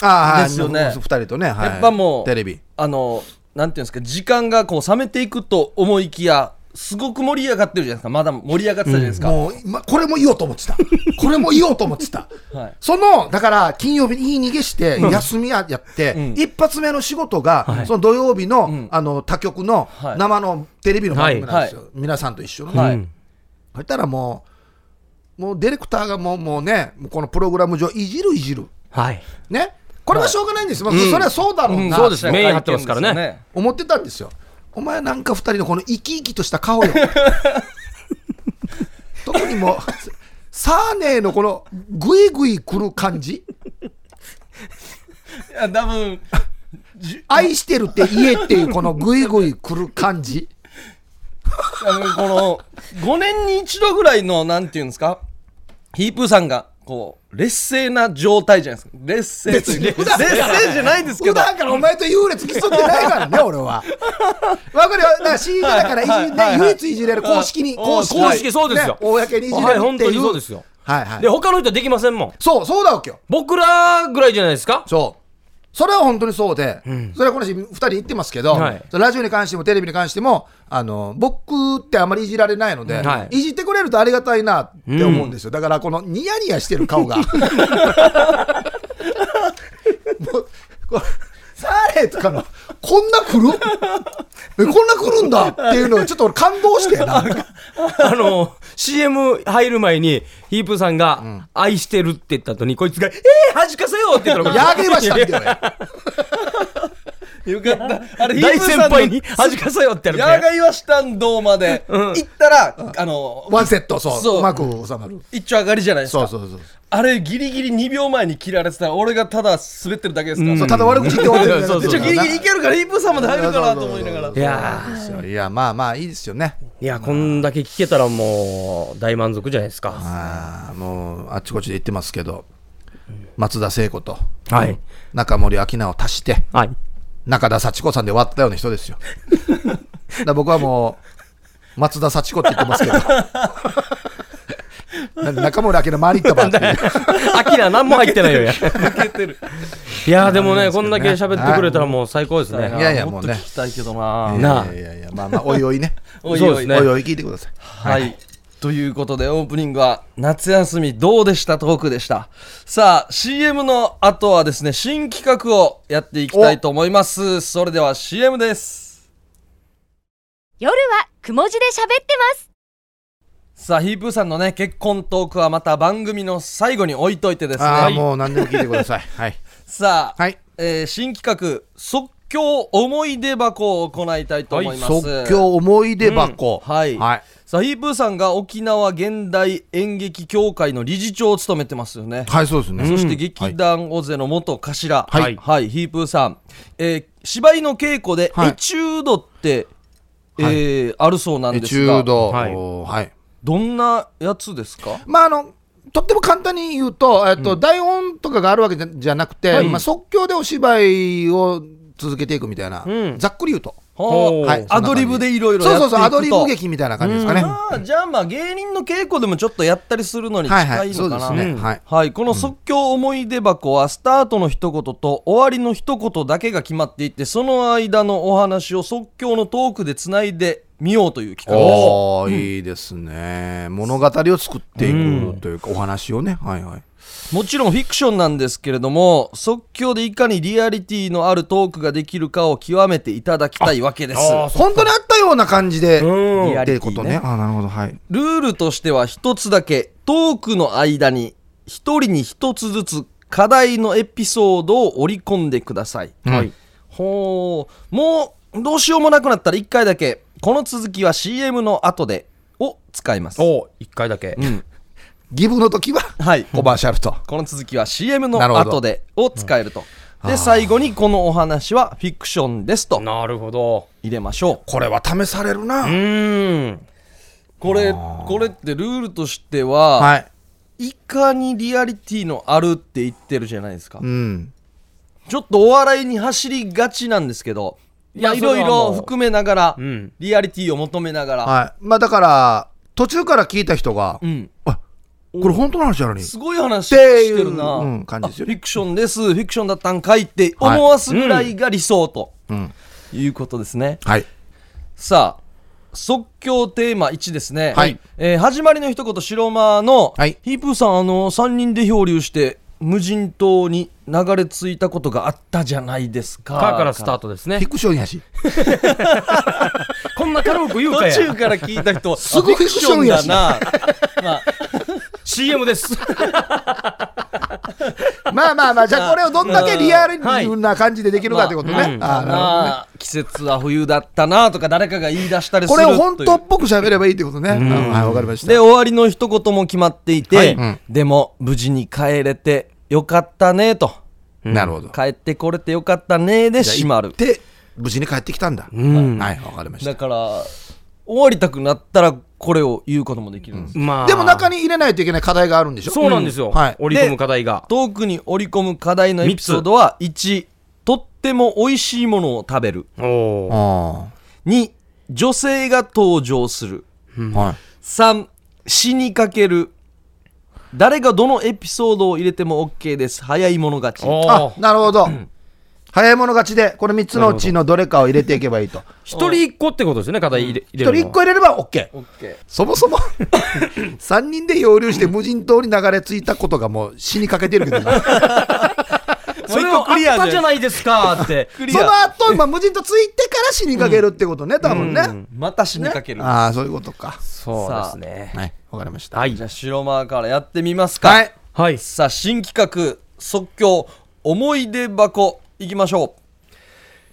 Speaker 3: ああ、はい
Speaker 1: ですよね
Speaker 3: 二人とね、はい。
Speaker 1: やっぱもう
Speaker 3: テレビ。
Speaker 1: あのなんていうんですか時間がこう冷めていくと思いきやすごく盛り上がってるじゃないですかまだ盛り上がってたじゃないですか、
Speaker 3: もう、ま、これも言おうと思ってた。これも言おうと思ってた。
Speaker 1: はい
Speaker 3: その、だから、金曜日に言い逃げして、休みややって、一発目の仕事が、その土曜日の、あの、他局の、
Speaker 1: はい
Speaker 3: 生のテレビの番組なんですよ。皆さんと一緒のね。
Speaker 1: はい
Speaker 3: そしたらもう、もうディレクターがもうもうね、もうこのプログラム上、いじるいじる。
Speaker 2: はい。
Speaker 3: ね。これはしょうがないんですよ。まあそれはそうだろうな、
Speaker 2: そうですね
Speaker 1: 会見
Speaker 2: メイン張ってますからね
Speaker 1: ですよ
Speaker 3: 思ってたんですよ。お前なんか二人のこの生き生きとした顔
Speaker 2: (laughs)
Speaker 3: よ。特にもう、サーネーのこのグイグイ来る感じ。
Speaker 1: いや多分
Speaker 3: 愛してるって言えっていうこのグイグイ来る感じ。
Speaker 1: あのこの5年に一度ぐらいのなんていうんですかヒープーさんがこう劣勢な状態じゃないですか劣勢というか
Speaker 3: 別に
Speaker 1: 劣勢じゃないですけ
Speaker 3: 普
Speaker 1: ど
Speaker 3: 段からお前と優劣競ってないからね、俺は。わかるよ。だから CG だからいじ、
Speaker 1: はいはいはい
Speaker 3: ね、唯一いじれる公式に、
Speaker 1: うん
Speaker 3: 公式に
Speaker 2: 公式そうですよ
Speaker 3: ね公にいじれるっていう。
Speaker 2: はい、本当にそうですよ。
Speaker 3: はいはい
Speaker 2: で、。他の人はできませんもん。
Speaker 3: そう、そうだわけよ。
Speaker 2: 僕らぐらいじゃないです (laughs) か
Speaker 3: そう。それは本当にそうで、それはこの人2人言ってますけど、
Speaker 2: はい
Speaker 3: それラジオに関してもテレビに関してもあの僕ってあまりいじられないので、、
Speaker 2: はい
Speaker 3: じってくれるとありがたいなって思うんですよ、だからこのニヤニヤしてる顔がもうこれサーレとかのこんな来るえこんな来るんだっていうのをちょっと俺感動してな
Speaker 2: あの、CM 入る前に、ヒープーさんが、愛してるって言った後に、こいつが、えー、恥かせよって言 (laughs) ったら、
Speaker 3: やげましたって俺
Speaker 1: よかったあれヒー
Speaker 2: 大
Speaker 1: プー
Speaker 2: 先
Speaker 1: さんの
Speaker 2: 輩に恥かせよってや
Speaker 1: や
Speaker 2: る
Speaker 1: がいわしたんどうまで行ったら、あの
Speaker 3: ワンセットそう
Speaker 1: そう
Speaker 3: うまく収まる
Speaker 1: 一丁上がりじゃないです
Speaker 3: そう
Speaker 1: か
Speaker 3: そうそう
Speaker 1: あれギリギリ2秒前に切られてたら俺がただ滑ってるだけですから、
Speaker 3: そううただ悪口言って終わってる
Speaker 2: そうそう
Speaker 1: ちょギリギリい
Speaker 3: い
Speaker 1: けるからヒープーさんまで入るかなと思いながら
Speaker 2: いや
Speaker 3: ですよいやまあまあいいですよね
Speaker 2: ーいや、こんだけ聞けたらもう、大満足じゃないですか。
Speaker 3: あーもうあっちこっちで言ってますけど松田聖子と
Speaker 2: はい。
Speaker 3: 中森明菜を足して
Speaker 2: はい。 (laughs)
Speaker 3: 中田幸子さんで割ったような人ですよだから僕はもう松田幸子って言ってますけどな中村明の回り行ったばっていう。
Speaker 2: アキラ何も入ってないよ (laughs) や。
Speaker 1: 抜けてる。
Speaker 2: いやーでもね、こんだけ喋ってくれたらもう最高ですね。
Speaker 3: いやいや
Speaker 1: もっ
Speaker 3: もう
Speaker 1: と
Speaker 3: ね
Speaker 1: 聞きたいけど (laughs) な。
Speaker 2: なあ
Speaker 3: いやいやいや、まあまあ、おいおいね。
Speaker 1: おいおい
Speaker 2: そうですね
Speaker 3: おいおい聞いてください。
Speaker 1: はい。ということで、オープニングは、夏休みどうでしたトークでした。さあ、CM の後はですね、新企画をやっていきたいと思います。それでは CM です。
Speaker 4: 夜はくも字で喋ってます。
Speaker 1: さあ、ヒープーさんのね、結婚トークはまた番組の最後に置いといてです
Speaker 3: ああ、
Speaker 1: ね。
Speaker 3: もう何でも聞いてください。はい。
Speaker 1: さあ、
Speaker 3: はい
Speaker 1: えー新企画、即興思い出箱を行いたいと思います。
Speaker 3: 即興思い出箱。
Speaker 1: うんはい
Speaker 3: はい。
Speaker 1: さあ、ヒープーさんが沖縄現代演劇協会の理事長を務めてますよね。
Speaker 3: はい、そうですね。
Speaker 1: そして劇団オゼの元頭、はいヒープーさん、えー芝居の稽古で
Speaker 3: はい
Speaker 1: エチュードって、えーあるそうなん
Speaker 3: エ
Speaker 1: で
Speaker 3: チ
Speaker 1: す
Speaker 3: ュ
Speaker 1: が
Speaker 3: ード。
Speaker 2: はい
Speaker 3: おーはい。
Speaker 1: どんなやつですか
Speaker 3: まあ、あの、とっても簡単に言うと、えっと、台本とかがあるわけじゃじゃなくて、
Speaker 2: はい
Speaker 3: まあ、即興でお芝居を続けていくみたいな、
Speaker 2: うん
Speaker 3: ざっくり言うと。
Speaker 2: ほう
Speaker 1: は
Speaker 3: はいい、
Speaker 1: アドリブでいろいろ
Speaker 3: そ
Speaker 1: や
Speaker 3: う
Speaker 1: って
Speaker 3: そ
Speaker 1: いうくと
Speaker 3: そう、アドリブ劇みたいな感じですかね。は
Speaker 1: あーじゃあまあ芸人の稽古でもちょっとやったりするのに
Speaker 3: い
Speaker 1: 近いのかな、
Speaker 3: はい、そうですね。
Speaker 2: うん
Speaker 3: はい。
Speaker 1: はい、この即興思い出箱はスタートの一言と終わりの一言だけが決まっていてその間のお話を即興のトークでつないでみようという企画です
Speaker 3: おーいいですね、物語を作っていくというか、お話をね、はいはい。
Speaker 1: もちろんフィクションなんですけれども即興でいかにリアリティのあるトークができるかを極めていただきたいわけです
Speaker 3: 本当にあったような感じで、
Speaker 2: うん
Speaker 1: リア
Speaker 3: っ
Speaker 1: リ
Speaker 3: て
Speaker 1: ティね
Speaker 3: ことね。あなるほど、はい。
Speaker 1: ルールとしては一つだけトークの間に一人に一つずつ課題のエピソードを織り込んでください
Speaker 2: はい。
Speaker 1: ほうもうどうしようもなくなったら1回だけこの続きは CM の後でを使います
Speaker 2: お一回だけ。
Speaker 3: ギブの時は、
Speaker 1: はい
Speaker 3: コマーシャルと。
Speaker 1: この続きは CM の
Speaker 3: なるほど
Speaker 1: 後でを使えるとで最後にこのお話はフィクションですと
Speaker 2: なるほど。
Speaker 1: 入れましょう
Speaker 3: これは試されるな。
Speaker 2: うーん。
Speaker 1: これこれってルールとしては、
Speaker 3: はい。
Speaker 1: い、かにリアリティのあるって言ってるじゃないですか、
Speaker 3: うん。
Speaker 1: ちょっとお笑いに走りがちなんですけど
Speaker 2: いや
Speaker 1: まあいろい
Speaker 2: それはも
Speaker 1: ろ
Speaker 2: う
Speaker 1: 含めながら、
Speaker 2: うん
Speaker 1: リアリティを求めながら、
Speaker 3: はい。まあだから、途中から聞いた人が、
Speaker 1: うん、
Speaker 3: あこれ本当の話やのに。
Speaker 1: すごい話し
Speaker 3: っていう
Speaker 1: てるな、
Speaker 3: うん感じですよ
Speaker 1: あ
Speaker 3: ね
Speaker 1: フィクションですフィクションだったんかいって思わすぐらいが理想と、
Speaker 3: うん。
Speaker 1: いうことですね
Speaker 3: はい。
Speaker 1: さあ即興テーマ1ですね、
Speaker 3: はい
Speaker 1: えー始まりの一言白間の、
Speaker 3: はい
Speaker 1: ヒープーさんあの3人で漂流して無人島に流れ着いたことがあったじゃないですか
Speaker 2: かからス
Speaker 1: (laughs)
Speaker 2: タートです
Speaker 3: フィ
Speaker 2: ね。
Speaker 3: クションやし。
Speaker 2: こんな軽く言う
Speaker 1: 途
Speaker 2: かや。
Speaker 1: 中から聞いた人
Speaker 3: すごい
Speaker 1: あフィクションだなまあ
Speaker 2: CM (laughs) です。
Speaker 3: まあまあまあ、じゃあこれをどんだけリアルな感じでできるかということ
Speaker 2: はい
Speaker 3: ね。
Speaker 2: ま
Speaker 3: あーなるほどね
Speaker 1: なあ季節は冬だったなとか誰かが言い出したりす
Speaker 3: こ
Speaker 1: る
Speaker 3: れを本
Speaker 1: とい
Speaker 3: 当
Speaker 1: う
Speaker 3: っぽく喋ればいいってことね。うんはい、わかりました
Speaker 1: で。終わりの一言も決まっていて、
Speaker 2: はい
Speaker 3: うん
Speaker 1: でも無事に帰れてよかったねと
Speaker 3: なるほど。
Speaker 1: 帰ってこれてよかったねで
Speaker 3: じ
Speaker 1: 閉
Speaker 3: ゃあ
Speaker 1: ま
Speaker 3: 行
Speaker 1: る
Speaker 3: って、無事に帰ってきたんだ。
Speaker 2: ん
Speaker 3: はい、わかりました
Speaker 1: だ。から終わりたくなったらこれを言うこともできるんです、
Speaker 2: まあ。
Speaker 3: でも中に入れないといけない課題があるんでしょ
Speaker 2: そうなんですよ。
Speaker 3: うはい。
Speaker 2: 織り込む課題が。
Speaker 1: トークに織り込む課題のエピソードは1とっても美味しいものを食べる
Speaker 2: おおー。
Speaker 3: あ
Speaker 1: 2女性が登場する
Speaker 3: ーはい。
Speaker 1: 3死にかける誰がどのエピソードを入れても OK です早い者勝ち
Speaker 2: お
Speaker 3: あ
Speaker 2: ー、
Speaker 3: なるほど。早い者勝ちで、この3つのうちのどれかを入れていけばいいと。
Speaker 2: 一人一個ってことですよね、課題入れ入
Speaker 3: 一
Speaker 2: れるの
Speaker 3: 人
Speaker 2: は。
Speaker 3: 一個入れれば OK。
Speaker 1: OK
Speaker 3: そもそも (laughs) 3人で漂流して無人島に流れ着いたことがもう死にかけてるけどな
Speaker 2: それをあったじゃないですかって。
Speaker 3: (laughs)
Speaker 1: リア
Speaker 3: その後まあ無人島着いてから死にかけるってことね、多分ね、
Speaker 1: また死にかける、
Speaker 3: ああそういうことか
Speaker 2: そうですね。
Speaker 3: はいわかりました
Speaker 2: はい
Speaker 1: じゃ。あ白間からやってみますか
Speaker 3: はい
Speaker 2: はい。
Speaker 1: さあ新企画即興思い出箱いきましょ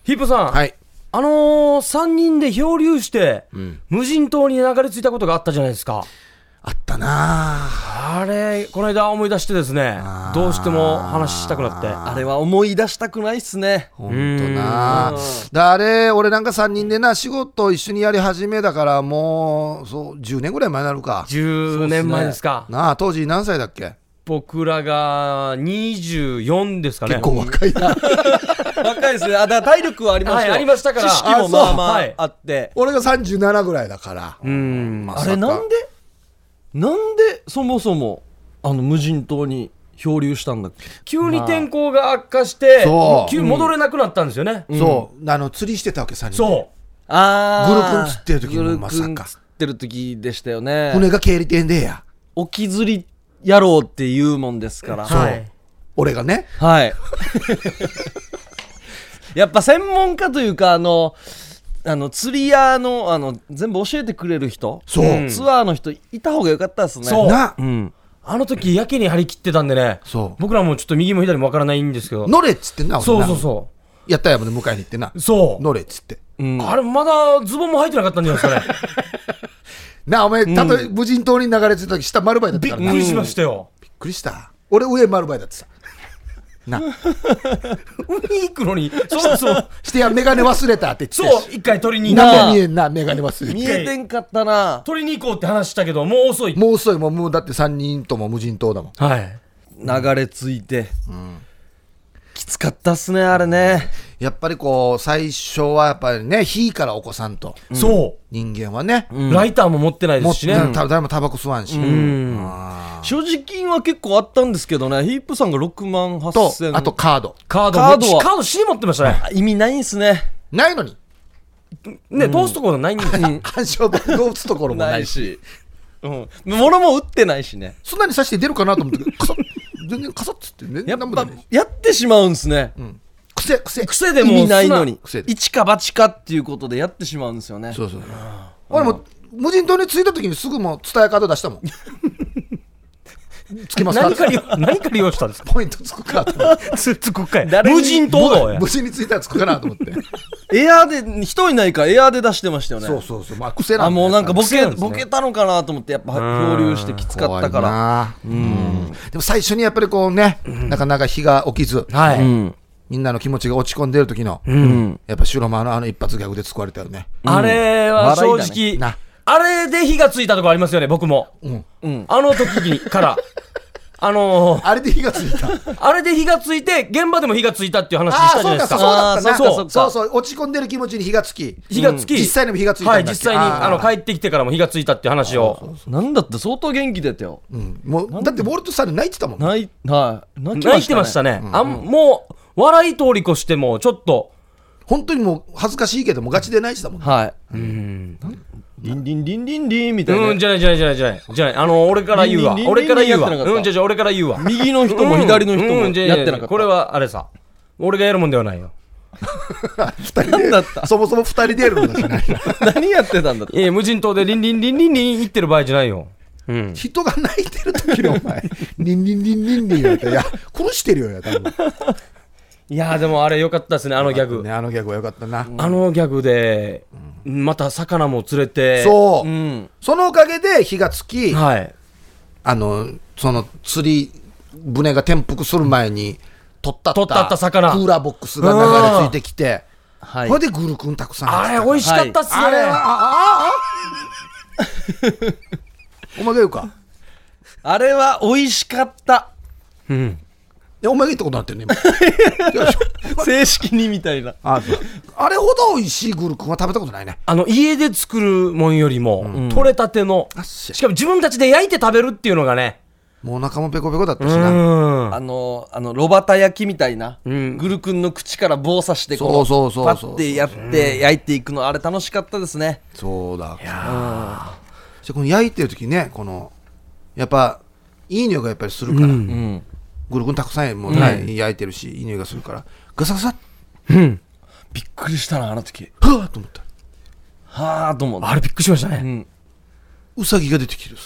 Speaker 2: ヒップさん。
Speaker 3: はい
Speaker 2: あのー、3人で漂流して、無人島に流れ着いたことがあったじゃないですか。
Speaker 3: あったなあ
Speaker 2: あれ、この間思い出してですね、どうしても話したくなって。
Speaker 1: う
Speaker 2: あ
Speaker 1: あれは思い出したくないっすね
Speaker 3: ほんとなあだあれ俺なんか3人でな仕事を一緒にやり始めだからもうそう10年ぐらい前になるか
Speaker 2: 10年前ですか。
Speaker 3: なあ当時何歳だっけ
Speaker 2: 僕らが24ですかね。
Speaker 3: 結構若い (laughs) な
Speaker 1: 若いですねあだから体力はありましたよ、
Speaker 2: はいありましたから
Speaker 1: 知識もまあま
Speaker 2: あそう
Speaker 1: あ
Speaker 2: はい
Speaker 1: あって
Speaker 3: 俺が37ぐらいだから
Speaker 2: うん。
Speaker 3: ま
Speaker 1: あれなんでなんでそもそもあの無人島に漂流したんだっけ
Speaker 2: 急に天候が悪化して、
Speaker 3: そう
Speaker 2: 急に戻れなくなったんですよね。
Speaker 3: そう、あの、釣りしてたわけ、3人で。
Speaker 2: そ
Speaker 1: あ
Speaker 3: グルクン釣ってる時
Speaker 1: グ
Speaker 3: も
Speaker 1: ルクン
Speaker 3: まさか
Speaker 1: 釣ってる時でしたよね
Speaker 3: 船が経理店でや。
Speaker 1: 沖釣りやろうって言うもんですから
Speaker 2: う。はい。
Speaker 3: 俺がね。
Speaker 1: はい。 (laughs) やっぱ専門家というか、あの、あの釣り屋のあの全部教えてくれる人、
Speaker 3: そう
Speaker 1: うんツアーの人、いた方がよかったですね。
Speaker 2: そう
Speaker 3: な
Speaker 1: う、ん、
Speaker 2: あの時、やけに張り切ってたんでね。
Speaker 3: そう
Speaker 2: 僕らもちょっと右も左もわからないんですけど。
Speaker 3: ノレっつってんな、
Speaker 2: そう
Speaker 3: 俺な
Speaker 2: そうそ
Speaker 3: やったやまで迎えに行ってな
Speaker 2: う。。そう。
Speaker 3: ノレっつって。
Speaker 1: うん
Speaker 2: あれ、まだズボンも入ってなかったんじゃないですかね。
Speaker 3: なあ、お前、たとえ無人島に流れ着いた時、下丸バイだった
Speaker 2: びっ
Speaker 3: から
Speaker 2: く
Speaker 3: な。びっ
Speaker 2: りしましたよ。
Speaker 3: くりした。俺、上丸バイだってさ。 (laughs) な、
Speaker 2: 海行くのに、そうそう、
Speaker 3: してや、メガネ忘れたって言って
Speaker 2: そう、一回取りに行って、
Speaker 3: な見えんな、メガネ忘れ
Speaker 1: 見
Speaker 3: て。
Speaker 1: えてんかったな、
Speaker 2: 取りに行こうって話したけど、もう遅い。
Speaker 3: もう遅い、もう、もうだって3人とも無人島だもん。
Speaker 2: はい。
Speaker 1: 流れ着いて、きつかったっすね、あれね。
Speaker 3: やっぱりこう、最初はやっぱりね、火からお子さんと、
Speaker 2: そ
Speaker 3: 人間はね、
Speaker 2: う。ライターも持ってないで
Speaker 3: もっ
Speaker 2: すし
Speaker 3: と
Speaker 2: ね。
Speaker 3: ねた誰もタバコ吸わんし。
Speaker 2: うん。
Speaker 1: 所持金は結構あったんですけどね、ヒープさんが6万
Speaker 3: と
Speaker 1: 8000、
Speaker 3: あとカード。
Speaker 2: カード
Speaker 1: カー
Speaker 2: も、
Speaker 1: ドは
Speaker 2: カード死に持ってましたね。
Speaker 1: 意味ないんすね。
Speaker 3: ないのに、
Speaker 2: ね、通すところないんですよ。
Speaker 3: 干渉棒を打つところもないし。
Speaker 1: し。うん、物も売ってないしね。
Speaker 3: そんなに刺して (laughs) 出るかなと思ったけど、カサッ、全然カサッつって、全
Speaker 1: や
Speaker 3: 然
Speaker 1: っ
Speaker 3: なんも
Speaker 1: ぱ
Speaker 3: ないし
Speaker 1: やってしまうんですね。
Speaker 3: 癖、癖。
Speaker 2: 癖で
Speaker 1: 意
Speaker 2: も
Speaker 1: 味ないのに
Speaker 3: 癖で
Speaker 1: 一か八かっていうことでやってしまうんですよね
Speaker 3: そうそう。俺も、無人島に着いた時にすぐもう伝えカード出し
Speaker 1: (laughs)
Speaker 3: たもん。つきますか
Speaker 2: 何か利用、何か利用したんです
Speaker 3: (laughs)
Speaker 2: か
Speaker 3: ポイントつくかと思って。
Speaker 2: つ、つくかい。
Speaker 1: 誰に
Speaker 2: 無人島だよ
Speaker 3: 無。人に着いたらつくかなと思って。
Speaker 1: エアーで人いないからエアーで出してましたよね
Speaker 3: そうそうそう。まあ癖な
Speaker 1: あ
Speaker 3: んだ
Speaker 1: もうなんかボ
Speaker 2: 癖
Speaker 1: ケ
Speaker 2: なんですね
Speaker 1: ボケたのかなと思ってやっぱ漂流してきつかったから
Speaker 3: 怖いなうんでも最初にやっぱりこうね、なかなか火が起きず、
Speaker 2: は
Speaker 1: う
Speaker 2: い。
Speaker 1: ん
Speaker 3: みんなの気持ちが落ち込んでる時の、
Speaker 1: うん
Speaker 3: やっぱ白間のあの一発ギャグで救われたよね。
Speaker 2: あれは正
Speaker 1: 笑
Speaker 2: 直、
Speaker 3: いだねな
Speaker 2: あれで火がついたとこありますよね、僕も。
Speaker 1: うん
Speaker 2: あの時にから。あのー
Speaker 3: あれで火がついた。
Speaker 2: あれで火がついて、現場でも火がついたっていう話
Speaker 3: あ
Speaker 2: した
Speaker 3: あ、
Speaker 2: じゃな
Speaker 3: そ
Speaker 2: いうで
Speaker 3: か、
Speaker 2: す
Speaker 3: そう
Speaker 2: か。
Speaker 3: だったな。
Speaker 1: あーそう
Speaker 3: そ
Speaker 1: かそう
Speaker 3: う
Speaker 1: か
Speaker 3: そう、落ち込んでる気持ちに火がつき。
Speaker 2: 火がつき、
Speaker 3: うん実際にも火がついたんだっ
Speaker 2: は
Speaker 3: け
Speaker 2: い、実際に、
Speaker 3: あー
Speaker 2: あの、帰ってきてからも火がついたっていう話を。
Speaker 1: なんだって相当元気出てよ
Speaker 3: うんもう、だってウォルトさん泣いてたもん。
Speaker 1: 泣いはい泣き
Speaker 2: 泣いてましたね。あんもう、笑い通り越しても、ちょっと、
Speaker 3: 本当にもう恥ずかしいけども、ガチで泣いてたもん。
Speaker 1: はいリンリンリンリンリンみたいな、
Speaker 2: うん、じゃないじゃないじゃないじゃない。じゃない、あの、俺から言うわ。
Speaker 1: リンリンリン
Speaker 2: 俺から言う
Speaker 1: や
Speaker 2: わ。
Speaker 1: ってなかった
Speaker 2: うん、じゃあじゃあ俺から言うわ。
Speaker 1: 右の人も
Speaker 2: うん
Speaker 1: 左の人も
Speaker 2: うんじゃあ
Speaker 1: やってなかった、
Speaker 2: これは、あれさ、俺がやるもんではないよ。
Speaker 3: 二人
Speaker 1: (laughs) なんだった
Speaker 3: で、そもそも二人でやるのじゃない。
Speaker 1: (laughs) 何やってたんだって
Speaker 2: ええ、無人島でリンリンリンリンリン行ってる場合じゃないよ。うん。
Speaker 3: 人が泣いてる時のお前、リンリンリンリンリンやったらいや、殺してるよや、多分。
Speaker 2: いやーでもあれ良かったですね、あのギャグ。
Speaker 3: ね、あのギャグは良かったな。
Speaker 2: あのギャグで、また魚も釣れて、
Speaker 3: そう、
Speaker 1: うん
Speaker 3: そのおかげで火がつき、
Speaker 2: はい。
Speaker 3: あのその釣り船が転覆する前に取った
Speaker 2: 取ったった魚
Speaker 3: クーラーボックスが流れ着いてきて、
Speaker 1: はい
Speaker 3: これでグルクンたくさん
Speaker 2: あれ、
Speaker 3: 入って
Speaker 2: 美味しかったっすね。
Speaker 3: あれはああああお前が言うか
Speaker 1: あれは美味しかった
Speaker 2: うん。
Speaker 3: いやお前が言ったことになってるね
Speaker 2: (laughs)
Speaker 3: 今よいしょ
Speaker 1: 正式にみたいな
Speaker 3: あそうあれほど美味しいグルクンは食べたことないね
Speaker 2: あの、家で作るもんよりも、取れたての、
Speaker 3: あっしゃ
Speaker 2: しかも自分たちで焼いて食べるっていうのがね、
Speaker 3: もうお腹もペコペコだったし
Speaker 2: う。
Speaker 3: なん
Speaker 1: あの、あの、ロバタ焼きみたいな、
Speaker 2: ん
Speaker 1: グル君の口から棒刺して、こう、
Speaker 3: そうそうそうそう
Speaker 1: パッてやって、焼いていくの、あれ楽しかったですね。
Speaker 3: そうだそしてこの焼いてる時ねこのやっぱいい匂いがやっぱりするから、
Speaker 1: うん。
Speaker 3: グルクンたくさんもうね、
Speaker 1: はい
Speaker 3: 焼いてるしいい匂いがするからガサガサ
Speaker 1: びっくりしたな、あの時。
Speaker 3: ふわっと思った
Speaker 1: はあと思って。
Speaker 2: あれびっくりしました
Speaker 1: う
Speaker 2: ね。
Speaker 1: ん。
Speaker 3: ウサギが出てきてる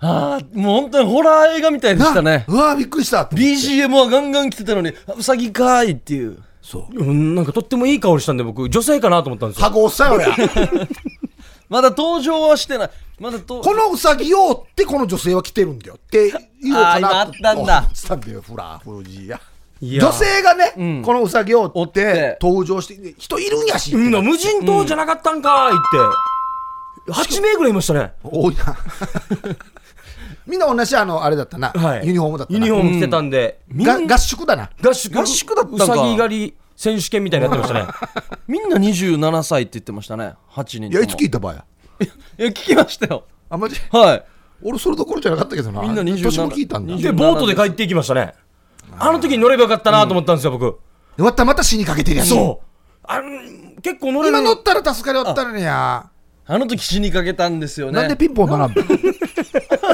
Speaker 3: さ
Speaker 1: はあ、もう本当にホラー映画みたいでしたね
Speaker 3: な。うわーびっくりしたと思って
Speaker 1: BGM はガンガン来てたのに、あうさぎかーいっていう。
Speaker 3: そう
Speaker 2: うん、なんかとってもいい香りしたんで、僕、女性かなと思ったんですよ。
Speaker 3: 箱押したよ
Speaker 1: (laughs)
Speaker 3: 俺
Speaker 1: まだ登場はしてない。まだと、
Speaker 3: このウサギを追ってこの女性は来てるんだよって言おう
Speaker 1: あー
Speaker 3: かな
Speaker 1: 今あったんだ
Speaker 3: 思ってたんだよフラフジや
Speaker 2: いやー
Speaker 3: 女性がね、このウサギを追っ
Speaker 1: 追って
Speaker 3: て登場してで人いるんやし、
Speaker 2: うん、な無人島じゃなかったんかーいって、8名ぐらいいましたね。
Speaker 3: 多いな (laughs) みんな同じあのあれだったな、
Speaker 2: はい。
Speaker 3: ユニフォームだったな
Speaker 2: ユニフォーム着てたんで、
Speaker 3: が合宿だな
Speaker 2: 合宿
Speaker 1: 合宿だったんか
Speaker 2: うさぎ狩り選手権みたいなのやってましたね
Speaker 1: みんな27歳って言ってましたね。8人とも。
Speaker 3: いやいつ聞いたばや
Speaker 1: いや、聞きましたよ。
Speaker 3: あマジ
Speaker 1: はい
Speaker 3: 俺それどころじゃなかったけどな
Speaker 1: みんな27
Speaker 3: 年も聞いたんだ
Speaker 1: 27
Speaker 3: で
Speaker 2: で、ボートで帰っていきましたね。あの時に乗ればよかったなと思ったんですよ、僕。
Speaker 3: 終わったまた死にかけてるやん
Speaker 2: そう。あの結構乗れる
Speaker 3: 今乗ったら助かりよったのにや
Speaker 1: あの時死にかけたんですよね
Speaker 3: なんでピンポ
Speaker 1: (laughs)
Speaker 3: ン並ぶの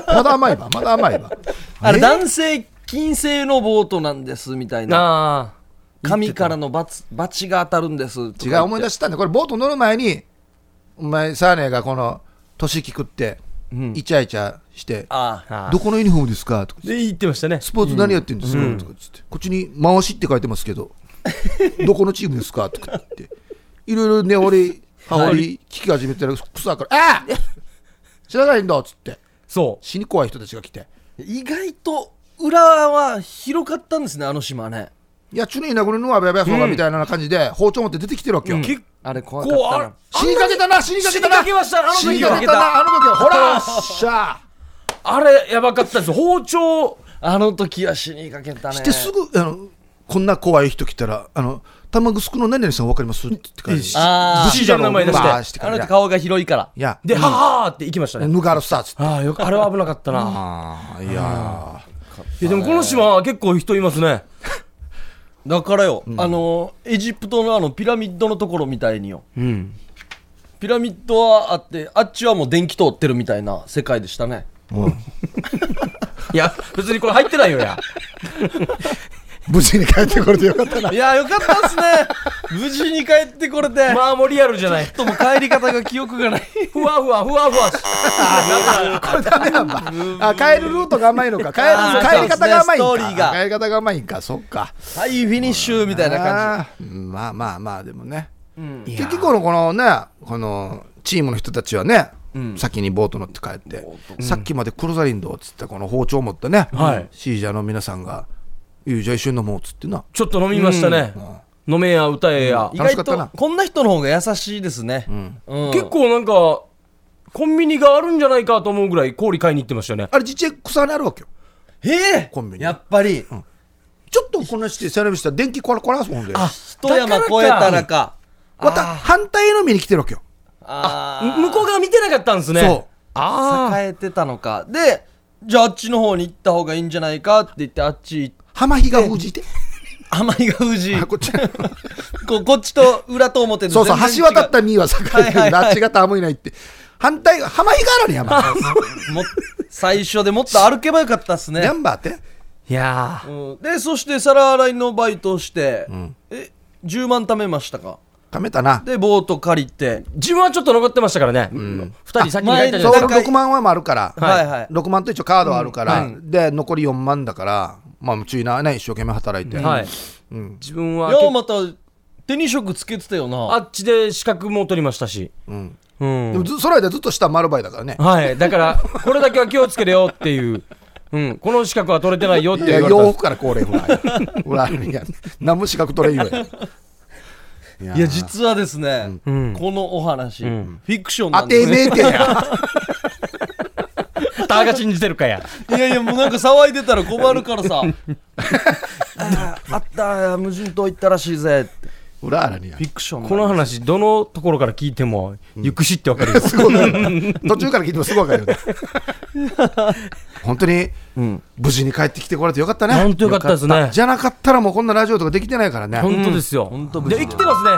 Speaker 3: まだ甘いわまだ甘いわ
Speaker 1: あれ
Speaker 3: え
Speaker 1: 男性金製のボートなんですみたいな
Speaker 2: あ
Speaker 1: 神からの罰罰が当たるんです
Speaker 3: 違う思い出
Speaker 1: し
Speaker 3: したんだこれボート乗る前にお前サーネがこの年聞くって、
Speaker 1: ん
Speaker 3: イチャイチャして
Speaker 1: ああ
Speaker 2: あ。
Speaker 3: 「どこのユニフォームですか?」とか
Speaker 2: で、言ってましたね。
Speaker 3: スポーツ何やってるんですか、とかっつって、こっちに回しって書いてますけど、 (laughs) どこのチームですかとかって、いろいろね、俺、羽織聞き始めたら、草から、ああ知らないんだっつって、
Speaker 2: そう。
Speaker 3: 死に怖い人たちが来て、
Speaker 1: 意外と裏は広かったんですねあの島ね
Speaker 3: いや、ちゅねいなぐれのわべやべやそうだみたいな感じで、包丁持って出てきてるわけよ。
Speaker 2: 結
Speaker 1: あれ怖かった
Speaker 2: 構
Speaker 1: な、
Speaker 3: 死にかけたな、死にかけたな、
Speaker 2: 死にかけましたあの時は
Speaker 3: 死にかけたな、あの時は、ほら、しゃあ。
Speaker 2: ああれ、やばかったです。包丁、
Speaker 1: あの時は死にかけたね
Speaker 3: してすぐあの、こんな怖い人来たら、あの、玉城の何々さん分かりますって感じ
Speaker 1: あー
Speaker 3: 武士じゃろ
Speaker 2: 名前出して
Speaker 3: バーしてか
Speaker 1: あ
Speaker 3: ら
Speaker 1: の
Speaker 3: い
Speaker 1: 人顔が広いから
Speaker 3: や、
Speaker 2: で、ははーって行きましたね。
Speaker 3: ぬがるさっつって。
Speaker 2: ああ、よかあれは危なかったな。
Speaker 3: ああ、いや
Speaker 2: いや、でもこの島は結構人いますね。
Speaker 1: だからよ、あのエジプトのあのピラミッドのところみたいによ
Speaker 2: うん。
Speaker 1: ピラミッドはあってあっちはもう電気通ってるみたいな世界でしたね
Speaker 2: (laughs)
Speaker 3: ー、
Speaker 2: いや、別にこれ入ってないよや。
Speaker 3: 無事に帰ってこれてよかったな。
Speaker 1: いやよかったっすね無事に帰ってこれて、ちょ
Speaker 2: まあ、もうリアルじゃない。
Speaker 1: っともう帰り方が記憶がない
Speaker 2: ふわふわ、ふわふわし。
Speaker 3: これダメなんだ。あ、帰るルートが甘いのか。帰
Speaker 1: あー
Speaker 3: る帰り方が甘いん
Speaker 1: そうですねストーリーが
Speaker 3: か。帰り方が甘いんか。そっか。
Speaker 1: はいフィニッシュみたいな感
Speaker 3: あーうんまあまあまあでもね。
Speaker 2: い
Speaker 3: 結
Speaker 2: や
Speaker 3: 局このこのね、このチームの人たちはね。先にボート乗って帰って、さっきまでクロザリンドっつってこの包丁持ってね、
Speaker 2: はい
Speaker 3: シージャーの皆さんが「いいよじゃあ一緒に飲もう」っつってな
Speaker 2: ちょっと飲みましたね。飲めや、歌えや
Speaker 1: じ意。
Speaker 3: 楽しか
Speaker 1: 外
Speaker 3: ったな
Speaker 1: とこんな人の方が優しいですね、うん
Speaker 2: 結構なんか、コンビニがあるんじゃないかと思うぐらい氷買いに行ってましたよね。
Speaker 3: あれ実際草にあるわけよ
Speaker 1: へえ
Speaker 3: コンビニ
Speaker 1: やっぱり、
Speaker 3: ちょっとこんなしてセラミしたら電気こらこらすもんで
Speaker 1: 一山越えたらか
Speaker 3: また反対の見に来てるわけよ
Speaker 1: あー
Speaker 2: 向こう側見てなかったんですね。
Speaker 3: そう
Speaker 2: ああ。
Speaker 1: 栄えてたのかでじゃああっちの方に行った方がいいんじゃないかって言ってあっち行っ
Speaker 3: 浜比嘉藤て
Speaker 1: 甘いが富士
Speaker 3: あこ
Speaker 1: (laughs)
Speaker 3: っち
Speaker 1: ここっちと裏と表で
Speaker 3: そうそう
Speaker 1: 全
Speaker 3: 橋
Speaker 1: 然違
Speaker 3: 渡った身は栄えて
Speaker 1: は
Speaker 3: る
Speaker 1: いはいはい
Speaker 3: あっちがたもいないって反対浜比嘉なの
Speaker 1: (laughs)
Speaker 3: に山
Speaker 1: も最初でもっと歩けばよかったっすね
Speaker 3: ヤンバーって
Speaker 2: いや
Speaker 1: うんでそして皿洗いのバイトをして、え10万貯めましたか
Speaker 3: 貯めたな
Speaker 1: でボート借りて
Speaker 2: ー自分はちょっと残ってましたからね。二、人先に帰ったじ
Speaker 1: そ
Speaker 2: ゃ
Speaker 3: そう
Speaker 1: う前
Speaker 2: な
Speaker 1: に
Speaker 2: いですか。
Speaker 3: 6万はもあるから
Speaker 1: はいはい
Speaker 3: 6万と一応カードはあるから
Speaker 1: うんは
Speaker 3: で残り4万だからまあ注意なね一生懸命働いて
Speaker 2: はい。
Speaker 3: うん
Speaker 2: 自分
Speaker 1: い
Speaker 2: は
Speaker 1: や
Speaker 2: 結
Speaker 1: また手に職つけてたよ
Speaker 2: 構あ
Speaker 1: な
Speaker 2: っちで資格も取りましたし。
Speaker 3: うん
Speaker 2: うん
Speaker 3: でもずその間ずっと下丸バイだからね
Speaker 2: はい。だから、これだけは気をつけるよっていう。うん。この資格は取れてないよって
Speaker 3: いや
Speaker 2: 言われたん
Speaker 3: 洋
Speaker 2: です。
Speaker 3: 服から高齢ほら
Speaker 1: (laughs)
Speaker 3: ほらいや何も資格取れんよいや
Speaker 1: いや実はですね、
Speaker 2: うん
Speaker 1: このお話、フィクションな
Speaker 3: 当
Speaker 1: んで
Speaker 3: て
Speaker 1: す
Speaker 3: めえてや
Speaker 2: ターが信じてるかや。
Speaker 1: いやいやもうなんか騒いでたら困るから (laughs) さあーあった無人島行ったらしいぜって
Speaker 3: ほらあらにや
Speaker 1: フィクションなんで
Speaker 2: こ
Speaker 1: す
Speaker 2: の話、どのところから聞いても、行くしってわかるよ。
Speaker 3: (laughs) すごいわかる途中から聞いてもすごい
Speaker 2: (laughs)
Speaker 3: わかるよね本当に無事に帰ってきてこれてよかったね
Speaker 2: 本当よかったですね。
Speaker 3: じゃなかったらもうこんなラジオとかできてないからね
Speaker 2: 本当ですよ。
Speaker 1: 本当無
Speaker 2: で、
Speaker 1: 事
Speaker 2: 生きてますね。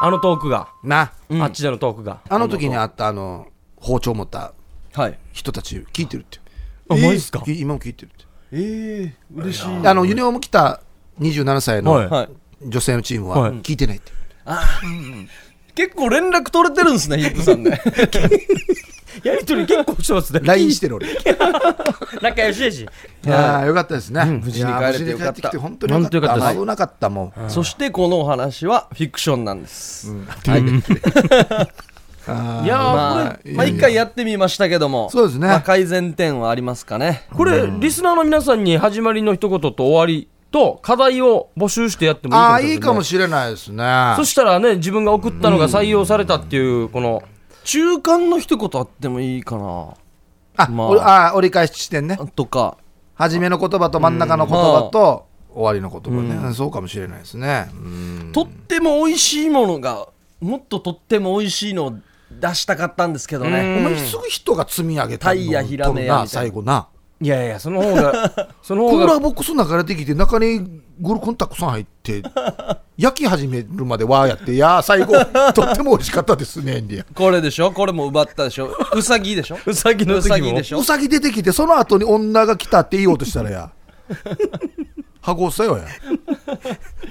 Speaker 2: あのトークが。
Speaker 3: な
Speaker 2: あっちでのトークが。
Speaker 3: あの時にあったあの包丁持った
Speaker 1: はい
Speaker 3: 人たち聞いてるって
Speaker 2: あ、マジっすか
Speaker 3: き今も聞いてるって
Speaker 1: ええ嬉しい
Speaker 3: あのユニオーム来た27歳
Speaker 2: はい
Speaker 3: の
Speaker 1: はい
Speaker 3: 女性のチーム
Speaker 2: は
Speaker 3: はい聞いてないって
Speaker 1: 結構連絡取れてるんですねヒップさんね (laughs)
Speaker 2: やりとり結構してますね。
Speaker 3: LINE してる俺
Speaker 2: 仲良しやし。
Speaker 3: いやーよかったですね。
Speaker 1: 無事に帰れてよかった
Speaker 3: いやー無事に帰てきて本当によかった。
Speaker 2: 本当よかったです
Speaker 3: 危なかったもん。
Speaker 1: そしてこのお話はフィクションなんです、
Speaker 2: いやー、
Speaker 1: まあ
Speaker 2: こ
Speaker 1: まあ一回やってみましたけども
Speaker 3: そうですね
Speaker 1: まあ、改善点はありますかね
Speaker 2: れ、これ、リスナーの皆さんに始まりの一言と終わりと、課題を募集してやってもいいか
Speaker 3: あ
Speaker 2: も
Speaker 3: あ
Speaker 2: しれない。
Speaker 3: いいかもしれないですね。
Speaker 2: そしたらね、自分が送ったのが採用されたっていう、この、
Speaker 1: 中間の一言あってもいいかな
Speaker 3: あ、
Speaker 1: まあ
Speaker 3: おあー折り返し地点ね。
Speaker 1: とか
Speaker 3: 初めの言葉と真ん中の言葉と終わりの言葉ね。うんそうかもしれないですね。うん
Speaker 1: とっても美味しいものがもっととっても美味しいのを出したかったんですけど
Speaker 2: う
Speaker 1: ね
Speaker 2: ん
Speaker 3: お前すぐ人が積み上げた
Speaker 1: タイヤひらめやみたいな
Speaker 3: な最後ない
Speaker 2: やいや、その方が、その
Speaker 3: ク
Speaker 2: 方
Speaker 3: ーラー
Speaker 2: が、
Speaker 3: ボックスの中れてきて中にゴルコンタクさん入って (laughs) 焼き始めるまでわーやっていやー最後とっても美味しかったですねエンディ
Speaker 1: これでしょこれも奪ったでしょうさぎで
Speaker 3: (laughs)
Speaker 1: しょ
Speaker 2: うさぎの
Speaker 1: うさ
Speaker 2: 時
Speaker 1: ぎ
Speaker 2: も
Speaker 1: でし
Speaker 3: アン
Speaker 1: ょ
Speaker 3: うさぎ出てきてその後に女が来たって言おうとしたら (laughs) やはごさよや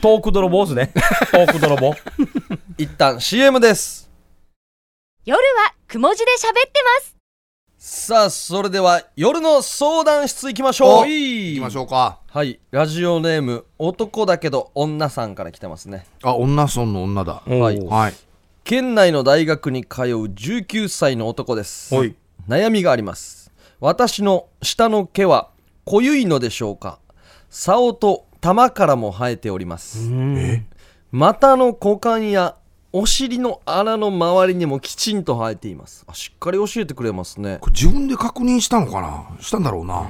Speaker 2: トーク泥棒ですね。トーク泥棒。
Speaker 1: 一旦 CM です
Speaker 4: 夜はくも字で喋ってます
Speaker 1: さあそれでは夜の相談室行きましょ
Speaker 3: お
Speaker 1: う
Speaker 3: いきましょうか
Speaker 1: はいラジオネーム男だけど女さんから来てますね
Speaker 3: あ女村の女だ
Speaker 1: はい
Speaker 2: おう
Speaker 3: はい
Speaker 1: 県内の大学に通う19歳の男です
Speaker 2: おい。
Speaker 1: 悩みがあります私の下の毛は濃ゆいのでしょうか竿と玉からも生えております股の股間やお尻の穴の周りにもきちんと生えていますあしっかり教えてくれますね
Speaker 3: これ自分で確認したのかなしたんだろうな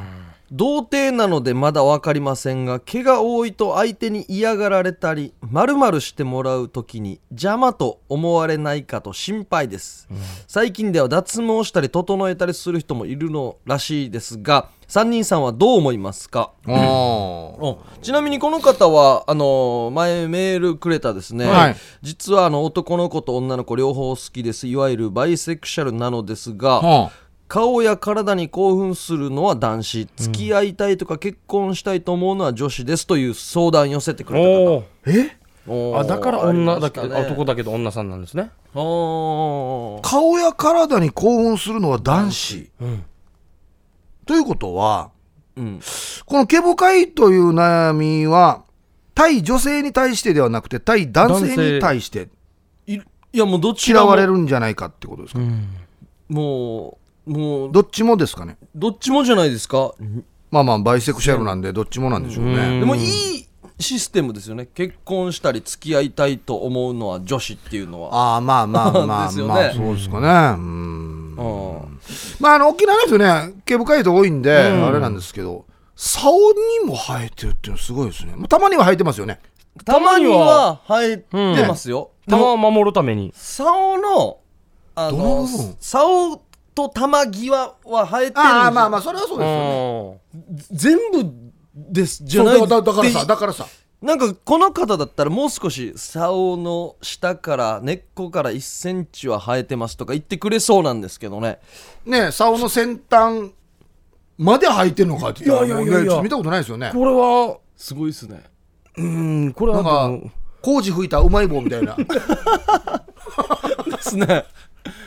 Speaker 1: 童貞なのでまだ分かりませんが毛が多いと相手に嫌がられたりまるまるしてもらう時に邪魔と思われないかと心配です、最近では脱毛したり整えたりする人もいるのらしいですが3人さんはどう思いますか
Speaker 3: あ
Speaker 1: おちなみにこの方はあの前メールくれたですね、
Speaker 3: はい
Speaker 1: 実はあの男の子と女の子両方好きですいわゆるバイセクシャルなのですが、
Speaker 3: あ
Speaker 1: 顔や体に興奮するのは男子付き合いたいとか結婚したいと思うのは女子ですという相談寄せてくれた方
Speaker 2: お
Speaker 3: え
Speaker 1: おー
Speaker 2: お。あ、だから女だけ
Speaker 1: あり
Speaker 2: ど、
Speaker 1: ましたね
Speaker 2: 男だけど女さんなんですね。
Speaker 1: おー
Speaker 3: 顔や体に興奮するのは男子、ということは
Speaker 1: うん
Speaker 3: この毛深いという悩みは対女性に対してではなくて対男性に対して
Speaker 1: いいやもうどちら
Speaker 3: 嫌
Speaker 1: も
Speaker 3: われるんじゃないかってことですか、
Speaker 1: もうもうど
Speaker 3: どっちもですかね
Speaker 1: どっちもじゃないですか、
Speaker 3: まあまあバイセクシャルなんでどっちもなんでしょうね、
Speaker 1: でもいいシステムですよね結婚したり付き合いたいと思うのは女子っていうのは
Speaker 3: ああまあまあまあま
Speaker 1: (laughs) で
Speaker 3: あ、
Speaker 1: すよね
Speaker 3: まあそうですかねうん
Speaker 1: うん
Speaker 3: まああの沖縄の人ね毛深い人多いんで、あれなんですけど竿にも生えてるっていうのすごいですねまあたまには生えてますよね
Speaker 1: たまには生えてますよ、
Speaker 2: 玉を守るために。
Speaker 1: 竿のあ
Speaker 3: どの
Speaker 1: の
Speaker 3: 部分
Speaker 1: 竿と玉際は生えてるんですよ
Speaker 3: ああまあまあそれはそうですよね、
Speaker 2: う
Speaker 1: 全部ですじゃ
Speaker 3: そう
Speaker 1: ない
Speaker 3: だだだから
Speaker 1: っ
Speaker 3: さ
Speaker 1: て
Speaker 3: だからさ
Speaker 1: なんかこの方だったらもう少し竿の下から根っこから1センチは生えてますとか言ってくれそうなんですけどね
Speaker 3: ね竿の先端まで履いてんのかって言ったら
Speaker 2: いやい
Speaker 3: も
Speaker 2: や
Speaker 3: う
Speaker 2: いやいや
Speaker 3: ねちょっと見たことないですよね
Speaker 2: んこれは、
Speaker 1: すごいですね
Speaker 2: うん、これ
Speaker 3: な
Speaker 2: はで
Speaker 3: んか
Speaker 2: も、
Speaker 3: 工事吹いたうまい棒みたいな
Speaker 1: ですね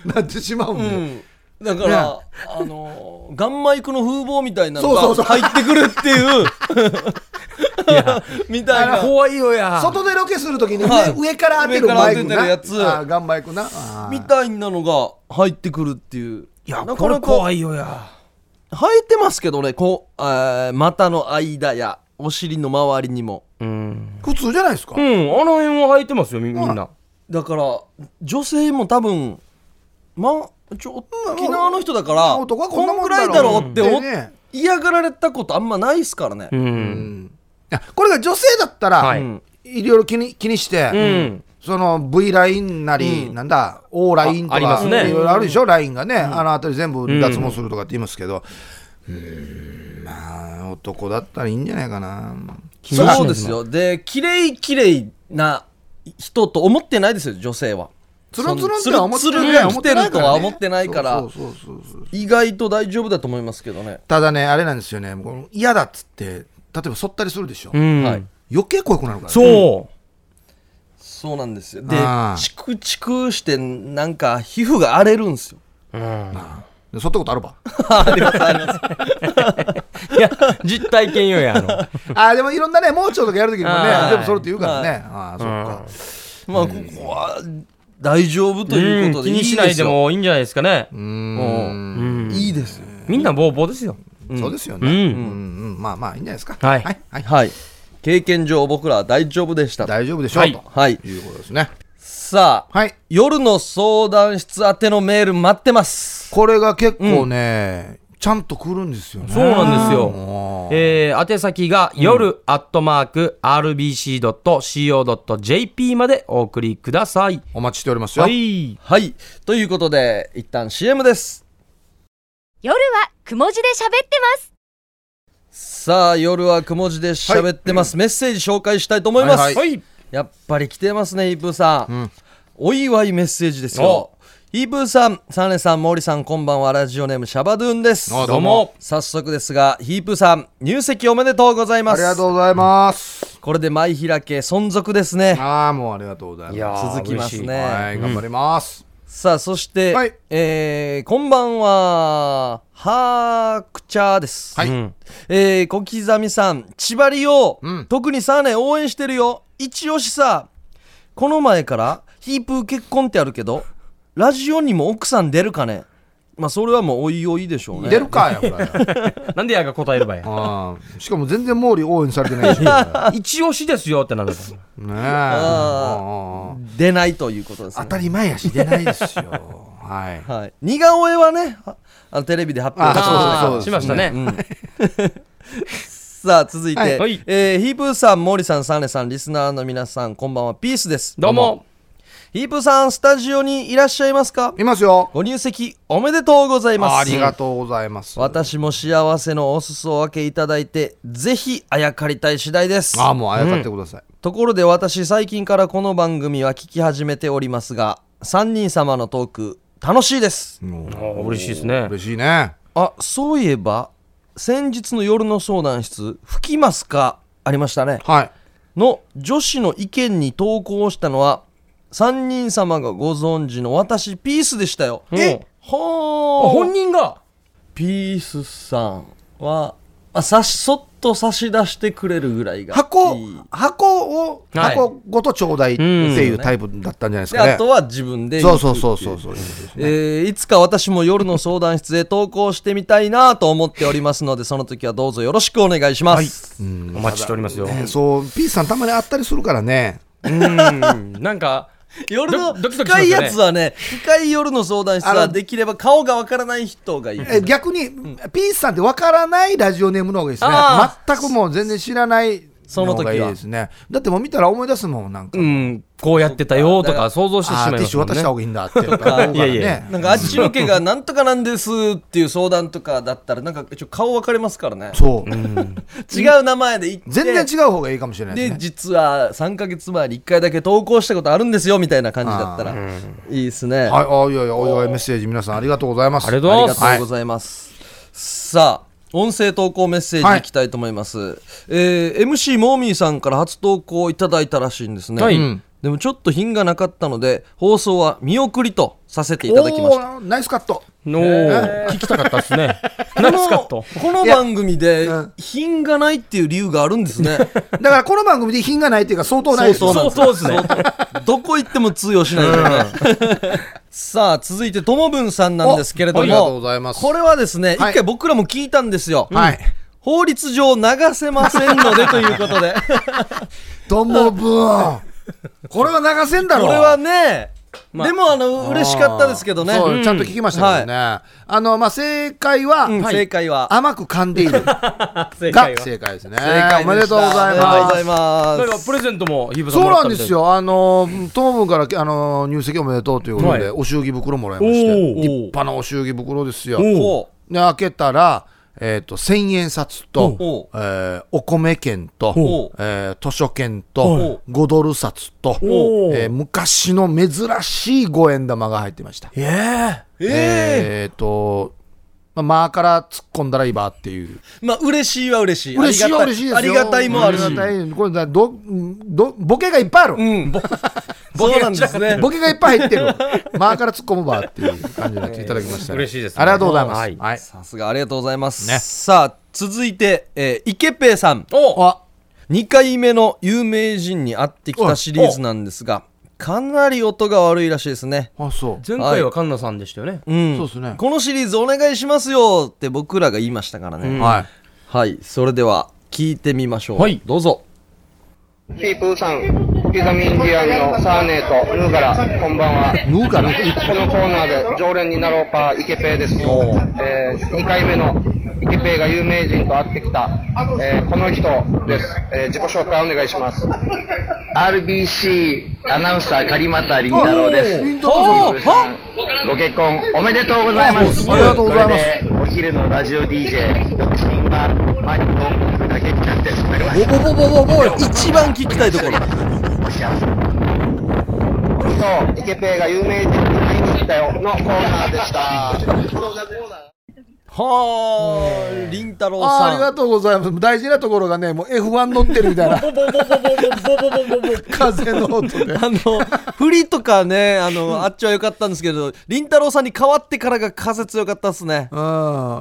Speaker 3: なってしまうん
Speaker 1: う
Speaker 3: で、
Speaker 1: んだから、あのーガンマイクの風貌みたいなの
Speaker 3: そ
Speaker 1: が
Speaker 3: うそうそう
Speaker 1: 入ってくるっていう
Speaker 3: (laughs)
Speaker 1: みたいな
Speaker 2: 怖いよや。
Speaker 3: 外でロケするときに上,、
Speaker 1: はい
Speaker 3: 上から当てる
Speaker 1: 上から
Speaker 3: マイ
Speaker 1: 当
Speaker 3: ク
Speaker 1: てて
Speaker 3: な
Speaker 1: るやつ
Speaker 3: あーガンマイクなあー
Speaker 1: みたいなのが入ってくるっていう
Speaker 2: いや、
Speaker 1: な
Speaker 2: こ
Speaker 1: か
Speaker 2: れ
Speaker 1: な
Speaker 2: 怖
Speaker 1: か
Speaker 2: いよや。
Speaker 1: 生えてますけどねこう、えー股の間やお尻の周りにも
Speaker 2: うん。
Speaker 3: 普通じゃないですか、
Speaker 2: うん、あの辺は履いてますよ、みみんな。
Speaker 1: だから女性も多分まあちょ沖縄の人だから
Speaker 3: 男はこ
Speaker 1: こ
Speaker 3: んな
Speaker 1: の
Speaker 3: もん
Speaker 1: ぐ
Speaker 3: だろ
Speaker 1: らいだろうってお
Speaker 3: ね
Speaker 1: 嫌がられたことあんまないっすからね
Speaker 2: う、。
Speaker 3: うんん、いやこれが女性だったら、
Speaker 2: は
Speaker 1: う
Speaker 3: い
Speaker 2: い
Speaker 1: ん
Speaker 3: ろいろ気に気にして、
Speaker 2: うん。
Speaker 3: その V ラインなり、
Speaker 1: うん
Speaker 3: なんだ O ラインとか
Speaker 2: あありますね
Speaker 3: いろいろあるでしょ、ラインがね、あの辺り全部脱毛するとかって言いますけど、うーん、まあ男だったらいいんじゃないかな
Speaker 1: そうですよで綺麗綺麗な人と思ってないですよ女性は
Speaker 3: つるんつるんって
Speaker 1: そ
Speaker 3: は
Speaker 1: の
Speaker 3: 思っ
Speaker 1: つる
Speaker 3: て
Speaker 1: つ
Speaker 3: ない
Speaker 1: るが来てるとは思ってないから
Speaker 3: そうそうそうそう
Speaker 1: 意外と大丈夫だと思いますけどね
Speaker 3: ただねあれなんですよねこの嫌だっつって例えば剃ったりするでしょ、
Speaker 2: うん。
Speaker 1: はい
Speaker 3: 余計怖くなるからね、
Speaker 2: そう。
Speaker 1: そうなんですよで
Speaker 3: あー
Speaker 1: チクチクしてなんか皮膚が荒れるんで
Speaker 3: (laughs)
Speaker 1: すよ
Speaker 3: 剃ったことあるば
Speaker 2: (laughs) いや、実体験よや、 (laughs) あの。
Speaker 3: あーでもいろんなね盲腸とかやるときにも
Speaker 2: は
Speaker 3: ね
Speaker 2: い
Speaker 3: 全部剃るって言うからね、ああそっか、
Speaker 1: まあここは大丈夫ということで
Speaker 2: うん気にしないでもいいんじゃないですかね。うん
Speaker 1: いいですよいいですよ
Speaker 2: みんなボーボーですよ。
Speaker 3: そうですよ
Speaker 2: う
Speaker 3: ね、うん
Speaker 2: ん。
Speaker 3: うん、まあまあいいんじゃないですか。
Speaker 2: はい
Speaker 3: はい、はい
Speaker 1: はい経験上僕らは大丈夫でした
Speaker 3: 大丈夫でしょう、
Speaker 2: はい
Speaker 3: と
Speaker 1: はい
Speaker 3: いうことですね。
Speaker 1: さあ、
Speaker 3: はい。
Speaker 1: 夜の相談室宛てのメール待ってます。
Speaker 3: これが結構ね、ちゃんと来るんですよね。
Speaker 2: そうなんですよ
Speaker 3: もう
Speaker 2: えー、宛先が夜アットマーク RBC.CO.JP までお送りください。
Speaker 3: お待ちしておりますよ。
Speaker 2: はい。
Speaker 1: はいということで一旦 CM です
Speaker 4: 夜はくも字で喋ってます
Speaker 1: さあ夜はくも字で喋ってます、メッセージ紹介したいと思います、
Speaker 3: はいは
Speaker 2: はい。
Speaker 1: やっぱり来てますねイブさん、お祝いメッセージですよ
Speaker 2: お
Speaker 1: イブさんサネさん森さんこんばんはラジオネームシャバドゥンです
Speaker 3: あ
Speaker 2: どうも。
Speaker 1: 早速ですがヒープさん入籍おめでとうござい
Speaker 3: あ
Speaker 1: ま
Speaker 3: り
Speaker 1: す
Speaker 3: がとうございます。
Speaker 1: これで前開け存続ですね
Speaker 3: ああ、もうありがとうございます。
Speaker 2: いやー
Speaker 1: 続きますね
Speaker 3: はい、頑張ります。
Speaker 1: さあそして、
Speaker 3: はい
Speaker 1: えーこんばんははーくちゃーです、
Speaker 3: はい。
Speaker 2: ん
Speaker 1: えー小刻みさん千張りよ、
Speaker 3: うん
Speaker 1: 特にサーネ応援してるよ一押しさこの前からヒープー結婚ってあるけどラジオにも奥さん出るかねまあそれはもうおいおいでしょうね
Speaker 3: 出る
Speaker 2: (laughs)
Speaker 3: かや、これ。
Speaker 2: なんでやが答えればいい
Speaker 3: あーしかも全然毛利応援されてないし。ね
Speaker 2: 一押しですよってなんだから
Speaker 3: えあー
Speaker 1: 出ないということです
Speaker 3: 当
Speaker 1: ね
Speaker 3: たり前やし、出ないですよ。はい。
Speaker 1: はい、似顔絵はねああのテレビで発表
Speaker 3: あそうそう
Speaker 2: あ
Speaker 3: そう
Speaker 2: ーしましたね。
Speaker 1: (laughs) さあ続いて、
Speaker 2: はいはい
Speaker 1: えーヒープーさん森さんサーネさんリスナーの皆さんこんばんはピースです
Speaker 2: どうも。
Speaker 1: ヒープーさんスタジオにいらっしゃいますか
Speaker 3: いますよ。
Speaker 1: ご入籍おめでとうございます
Speaker 3: ありがとうございます。
Speaker 1: 私も幸せのお裾分けいただいてぜひあやかりたい次第です
Speaker 3: ああ、もうあやかってください。
Speaker 1: ところで私最近からこの番組は聞き始めておりますが3人様のトーク楽しいです
Speaker 3: も
Speaker 2: あ
Speaker 3: う
Speaker 2: ー嬉しいですね。
Speaker 3: 嬉しいね。
Speaker 1: あそういえば先日の夜の相談室「吹きますか?」ありましたね
Speaker 3: はい。
Speaker 1: の女子の意見に投稿したのは3人様がご存知の私ピースでしたよ
Speaker 2: えあ
Speaker 1: ほ
Speaker 2: 本人が
Speaker 1: ピースさんはあさしそっと差し出してくれるぐらいが
Speaker 3: 箱
Speaker 1: いい、
Speaker 3: 箱を、
Speaker 2: はい
Speaker 3: 箱ごとちょうだいっていうタイプだったんじゃないです
Speaker 1: で
Speaker 3: かね
Speaker 1: あ。とは自分で
Speaker 3: そうそうそうそうそう。
Speaker 1: えーいつか私も夜の相談室へ投稿してみたいなと思っておりますのでその時はどうぞよろしくお願いします、
Speaker 2: お待ちしておりますよ。
Speaker 3: ねそう、ピースさんたまに会ったりするからね。
Speaker 2: うん。なんか、
Speaker 1: 夜の
Speaker 2: ドドキドキしま
Speaker 1: 深
Speaker 2: す
Speaker 1: い
Speaker 2: よね
Speaker 1: やつはね深い夜の相談室
Speaker 3: あ
Speaker 1: は
Speaker 3: の
Speaker 1: できれば顔がわからない人がいい
Speaker 3: え逆に、ピースさんってわからないラジオネームの方がいいですね
Speaker 1: あ。
Speaker 3: 全くもう全然知らない
Speaker 1: その時は
Speaker 3: がいいですね。だってもう見たら思い出すもん、なんか。
Speaker 2: うん、こうやってたよとか想像してし
Speaker 3: あ
Speaker 2: まい
Speaker 3: ー
Speaker 2: ま
Speaker 3: ティッ
Speaker 2: す
Speaker 3: シュ
Speaker 2: もん
Speaker 3: 渡
Speaker 2: ね。
Speaker 3: した方がいいんだって。
Speaker 1: か
Speaker 3: と思うからね
Speaker 2: いやいや
Speaker 1: なんかあっちのけがなんとかなんですっていう相談とかだったらなんか一応顔わかりますからね
Speaker 3: そう。
Speaker 1: 違う名前で行って
Speaker 3: 全然違う方がいいかもしれないです
Speaker 1: で
Speaker 3: ね。
Speaker 1: 実は3か月前に1回だけ投稿したことあるんですよみたいな感じだったらいいですね、
Speaker 3: はい、あいやいや、お祝いメッセージ皆さんありがとうございます。
Speaker 2: ありがとうございます
Speaker 1: ありがとうございます、さあ音声投稿メッセージいきたいと思います、えー MC モーミーさんから初投稿いただいたらしいんですね、
Speaker 2: はい
Speaker 1: うんでもちょっと品がなかったので放送は見送りとさせていただきま
Speaker 3: お
Speaker 1: した
Speaker 3: ーナイスカット。
Speaker 2: おー聞きたかったですね。ナイスカット
Speaker 1: こ。のこの番組で
Speaker 3: うん
Speaker 1: 品がないっていう理由があるんですね
Speaker 3: だからこの番組で品がないっていうか相当ないです
Speaker 1: そう
Speaker 3: よ
Speaker 1: そう
Speaker 2: そうそうですね。
Speaker 1: どこ行っても通用しないよねさあ続いてともぶんさんなんですけれど
Speaker 3: おありがとうご
Speaker 1: も
Speaker 3: ざいます。
Speaker 1: これはですね、
Speaker 3: はい
Speaker 1: 一回僕らも聞いたんですよ、
Speaker 3: はい。
Speaker 1: 法律上流せませんのでということで
Speaker 3: ともぶん。 (laughs) これは流せん (laughs) だろ。
Speaker 1: これはね、
Speaker 2: まあ
Speaker 1: でもあの嬉しかったですけどね、
Speaker 3: そう
Speaker 1: うん
Speaker 3: ちゃんと聞きましたけどね。あの、まあ、正解は、
Speaker 1: うん
Speaker 3: はい
Speaker 1: 正解は
Speaker 3: 甘く噛
Speaker 1: (laughs)
Speaker 3: んでいるが
Speaker 2: 正解は。
Speaker 3: 正解ですね。
Speaker 1: 正解でした
Speaker 3: おめでとうござい
Speaker 1: おめでとうご
Speaker 3: ま
Speaker 1: ざ
Speaker 3: す
Speaker 1: い。ます
Speaker 2: なんかプレゼントもヒーブさん
Speaker 3: そ
Speaker 2: も
Speaker 3: う
Speaker 2: らっ
Speaker 3: な
Speaker 2: た
Speaker 3: ん
Speaker 2: み
Speaker 3: で
Speaker 2: たい
Speaker 3: す。よ。あの、当分から、あの、入籍おめでとうということで、
Speaker 2: はい
Speaker 3: お祝儀袋もらいまして、
Speaker 2: おー
Speaker 3: 立派なお祝儀袋ですよ。
Speaker 2: おー
Speaker 3: で、
Speaker 1: お
Speaker 3: 開けたら、えっ、と、千円札
Speaker 1: おう
Speaker 3: と、えーお米券
Speaker 1: おう
Speaker 3: と、えー図書
Speaker 1: お
Speaker 3: 券
Speaker 1: う
Speaker 3: と、5ドル札と、
Speaker 2: おう
Speaker 3: えー昔の珍しい五円玉が入ってました。
Speaker 2: ええ。
Speaker 1: ええ
Speaker 3: えー、と、まあ、まあから突っ込んだら今っていう。
Speaker 1: まあ嬉しいは嬉しい
Speaker 3: 嬉しいよ、嬉しいですよ。
Speaker 1: ありがたいありがたいもあるし
Speaker 3: ありがたい。これだど、ど、ボケがいっぱいある。
Speaker 1: うんぼ (laughs) そうなんですね
Speaker 3: ボケがいっぱい入ってる。まあから突っ込むばっていう感じになっていただきました、
Speaker 2: 嬉しいですね
Speaker 3: ありがとうございます。
Speaker 2: は
Speaker 3: はいい。
Speaker 1: さすがありがとうございます、
Speaker 3: ね
Speaker 1: さあ続いて、えー、池ペイさん
Speaker 2: お
Speaker 3: あ、
Speaker 1: 2回目の有名人に会ってきたシリーズなんですがかなり音が悪いらしいですね
Speaker 3: あ、そう。
Speaker 2: 前回はカンナさんでしたよね。
Speaker 1: うん
Speaker 3: そうですね
Speaker 1: このシリーズお願いしますよって僕らが言いましたからね、
Speaker 3: はい。
Speaker 1: はいそれでは聞いてみましょう、
Speaker 2: はい
Speaker 1: どうぞ
Speaker 5: ピープーさん、小刻みインディアンのサーネーとヌーガラ、こんばんは。
Speaker 3: 縫うから。
Speaker 5: このコーナーで常連になろうか、イケペイです。えー、2回目のイケペイが有名人と会ってきた、えーこの人です。えー自己紹介お願いします。
Speaker 6: RBC アナウンサー狩俣凛太郎です。
Speaker 1: おーは
Speaker 6: ご結婚おめでとうございます。
Speaker 3: ありがとうございます
Speaker 6: これでお昼のラジオ DJ 独身が毎日音楽だけになってしまいました。
Speaker 1: ボボボボボボよ一番聞きたいところ
Speaker 6: お幸せに。
Speaker 5: そう、イケペイが有名人に会いに来たよのコーナーでした。
Speaker 1: はーりんたろう
Speaker 3: あーあ
Speaker 1: さ
Speaker 3: り
Speaker 1: ん
Speaker 3: がとうございます。大事なところがね、もう F1 乗ってるみた
Speaker 1: (laughs)
Speaker 3: いな (laughs)
Speaker 2: ボボボボボボボボボボボ
Speaker 3: 風の音で。
Speaker 1: あの振りとかねあのあっちは良かったんですけどりんたろうさんに変わってからが風強かったっすね
Speaker 3: う